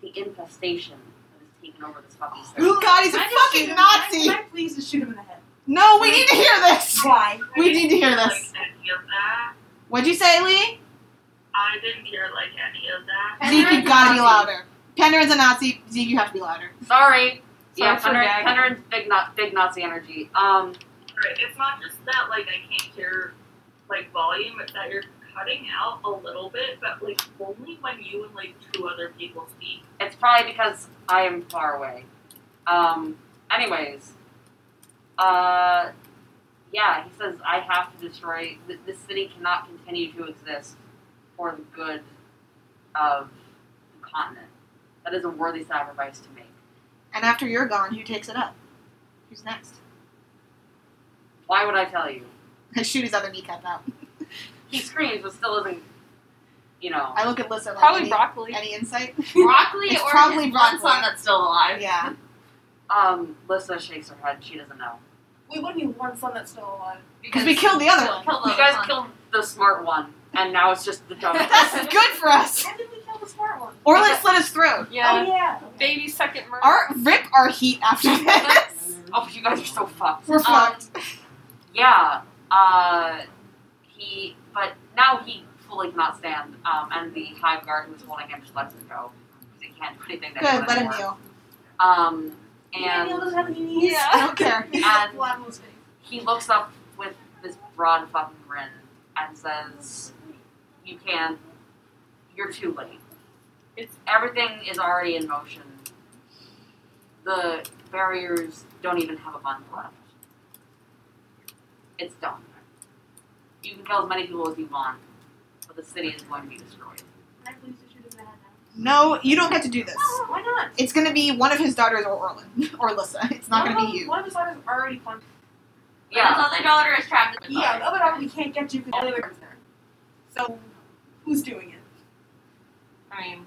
[SPEAKER 2] the infestation that has taken over this fucking city.
[SPEAKER 6] God, he's a
[SPEAKER 7] Can I just shoot
[SPEAKER 6] fucking
[SPEAKER 7] him?
[SPEAKER 6] Nazi.
[SPEAKER 7] Can I, can I please just shoot him in the head?
[SPEAKER 6] No, we need to hear this.
[SPEAKER 7] Why?
[SPEAKER 6] We need to hear this.
[SPEAKER 10] Like any of that.
[SPEAKER 6] What'd you say, Lee?
[SPEAKER 10] I didn't hear like any of that.
[SPEAKER 6] Zeke,
[SPEAKER 9] Penderin-
[SPEAKER 6] you've got to be louder. Pendrin's a Nazi. Zeke, you have to be louder.
[SPEAKER 2] Sorry. yeah,
[SPEAKER 3] Sorry for
[SPEAKER 2] Penderin,
[SPEAKER 3] gagging.
[SPEAKER 2] Penderin, big, Na- big Nazi energy. Um,
[SPEAKER 10] Right. It's not just that like I can't hear like volume, it's that you're cutting out a little bit, but like only when you and like two other people speak.
[SPEAKER 2] it's probably because I am far away. Um, anyways, uh, yeah, he says I have to destroy. Th- this city cannot continue to exist for the good of the continent. That is a worthy sacrifice to make.
[SPEAKER 6] And after you're gone, who takes it up? Who's next? <laughs>
[SPEAKER 2] Why would I tell you?
[SPEAKER 6] I shoot his other kneecap out.
[SPEAKER 2] He screams, but still isn't. You know.
[SPEAKER 6] I look at Lissa like,
[SPEAKER 3] Probably
[SPEAKER 6] any,
[SPEAKER 3] broccoli.
[SPEAKER 6] any insight?
[SPEAKER 9] Broccoli
[SPEAKER 6] It's
[SPEAKER 9] or
[SPEAKER 6] probably
[SPEAKER 9] his one
[SPEAKER 6] broccoli.
[SPEAKER 9] son that's still alive.
[SPEAKER 6] yeah.
[SPEAKER 2] Um, Lissa shakes her head. She doesn't know.
[SPEAKER 7] We wouldn't need one son that's still alive.
[SPEAKER 6] Because we killed the other
[SPEAKER 9] Kill-
[SPEAKER 6] one.
[SPEAKER 9] kill the
[SPEAKER 2] You guys
[SPEAKER 6] <laughs>
[SPEAKER 9] son.
[SPEAKER 2] killed the smart one, and now it's just the dumb.
[SPEAKER 6] That's good for us.
[SPEAKER 7] And then we kill the smart one.
[SPEAKER 6] Or let's slit his throat.
[SPEAKER 3] Yeah.
[SPEAKER 7] Oh yeah.
[SPEAKER 3] Baby second murder.
[SPEAKER 6] Our, rip our heat after this.
[SPEAKER 2] Oh, you guys are so fucked.
[SPEAKER 6] We're
[SPEAKER 2] Um,
[SPEAKER 6] fucked.
[SPEAKER 2] Yeah. Uh, he, but now he fully cannot stand. Um, and the hive guard who's holding him just lets him go because he can't do anything. that he
[SPEAKER 6] Good,
[SPEAKER 2] wanted
[SPEAKER 6] let him
[SPEAKER 2] to do.
[SPEAKER 6] heal.
[SPEAKER 2] Um,
[SPEAKER 7] Maybe he
[SPEAKER 2] and
[SPEAKER 7] doesn't have any knees.
[SPEAKER 3] Yeah.
[SPEAKER 6] I don't <laughs> care.
[SPEAKER 2] And-
[SPEAKER 7] Flat on his face.
[SPEAKER 2] he looks up with this broad fucking grin and says, "You can't. You're too late.
[SPEAKER 3] It's-
[SPEAKER 2] everything is already in motion. The barriers don't even have a month left. It's done. You can kill as many people as you want, but the city is going to be destroyed.
[SPEAKER 7] Can I please just shoot him in the head now?
[SPEAKER 6] No, you don't get to do this.
[SPEAKER 7] Why not?
[SPEAKER 6] It's going to be one of his daughters or Orlin. <laughs> Or Lissa. It's not
[SPEAKER 7] One
[SPEAKER 6] going to
[SPEAKER 7] of
[SPEAKER 6] be
[SPEAKER 7] them-
[SPEAKER 6] you.
[SPEAKER 7] One of his daughters already fun.
[SPEAKER 2] Yeah,
[SPEAKER 9] His other daughter is trapped in the
[SPEAKER 7] Yeah,
[SPEAKER 9] car.
[SPEAKER 7] the other daughter we can't get you because the other girl's there. So who's doing it?
[SPEAKER 3] I mean,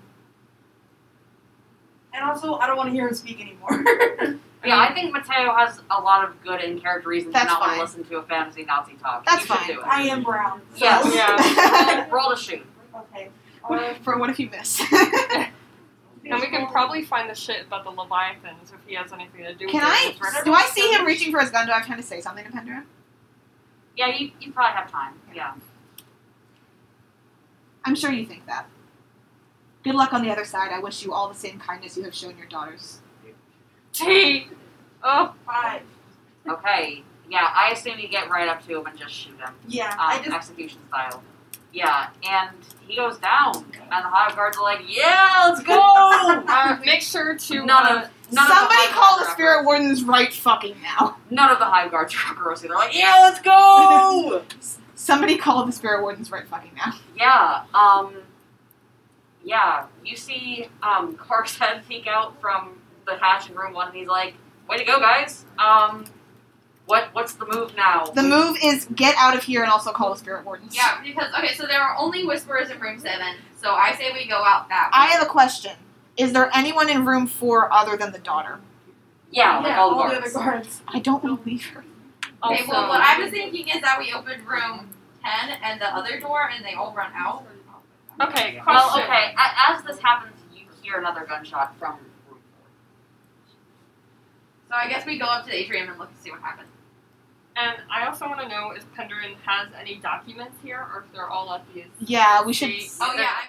[SPEAKER 7] And also, I don't want to hear him speak anymore. <laughs>
[SPEAKER 2] yeah. I think Mateo has a lot of good in character reasons to
[SPEAKER 6] Mm. That's
[SPEAKER 2] not want
[SPEAKER 6] fine.
[SPEAKER 2] to listen to a fantasy Nazi talk.
[SPEAKER 6] That's
[SPEAKER 2] you should
[SPEAKER 6] fine.
[SPEAKER 2] Do it.
[SPEAKER 7] I am brown. So.
[SPEAKER 2] Yes.
[SPEAKER 6] Yeah.
[SPEAKER 2] Roll to shoot.
[SPEAKER 7] Okay.
[SPEAKER 6] <laughs> What <laughs>
[SPEAKER 7] Um,
[SPEAKER 6] if- for what if you miss?
[SPEAKER 3] and we can probably find the shit about the leviathans if he has anything to do with
[SPEAKER 6] Can
[SPEAKER 3] it.
[SPEAKER 6] I?
[SPEAKER 3] It's right-
[SPEAKER 6] Do I see him reaching for his gun? Do I have time to say something to Pendra?
[SPEAKER 2] Yeah, you, you probably have time. Yeah.
[SPEAKER 6] I'm sure you think that. Good luck on the other side. I wish you all the same kindness you have shown your daughters.
[SPEAKER 3] Tea. Oh,
[SPEAKER 7] Five.
[SPEAKER 2] Okay. Yeah, I assume you get right up to him and just shoot him.
[SPEAKER 7] Yeah.
[SPEAKER 2] Um,
[SPEAKER 7] I just
[SPEAKER 2] Execution style. Yeah, and he goes down, and the hive guards are like, yeah, let's go!
[SPEAKER 6] <laughs>
[SPEAKER 3] uh, make sure to.
[SPEAKER 2] None
[SPEAKER 3] uh,
[SPEAKER 2] of- none of
[SPEAKER 6] Somebody
[SPEAKER 2] hive
[SPEAKER 6] call
[SPEAKER 2] guards
[SPEAKER 6] the
[SPEAKER 2] are
[SPEAKER 6] spirit
[SPEAKER 2] aggressive.
[SPEAKER 6] wardens right fucking now.
[SPEAKER 2] None of the hive guards are aggressive. They're like, yeah, let's
[SPEAKER 6] <laughs>
[SPEAKER 2] go!
[SPEAKER 6] Somebody call the spirit wardens right fucking now.
[SPEAKER 2] yeah, um, yeah, you see um, Clark's head peek out from the hatch in room one, and he's like, way to go, guys. Um, What what's the move now?
[SPEAKER 6] The move is get out of here and also call the spirit wardens.
[SPEAKER 9] Yeah, because okay, so there are only whisperers in room seven, so I say we go out that
[SPEAKER 6] I
[SPEAKER 9] way.
[SPEAKER 6] have a question. Is there anyone in room four other than the daughter?
[SPEAKER 2] Yeah, like all,
[SPEAKER 7] all the
[SPEAKER 2] guards.
[SPEAKER 7] other guards.
[SPEAKER 6] I don't want to leave her.
[SPEAKER 9] okay, well,
[SPEAKER 2] Also-
[SPEAKER 9] what I was thinking is that we open room ten and the other door, and they all run out.
[SPEAKER 3] Okay, question.
[SPEAKER 2] Well, okay. a- As this happens, you hear another gunshot from room four.
[SPEAKER 9] So I guess we go up to the atrium and look and see what happens.
[SPEAKER 3] And I also want to know if Penderin has any documents here, or if they're all at these.
[SPEAKER 6] Yeah, we should.
[SPEAKER 3] She-
[SPEAKER 9] Oh yeah, I-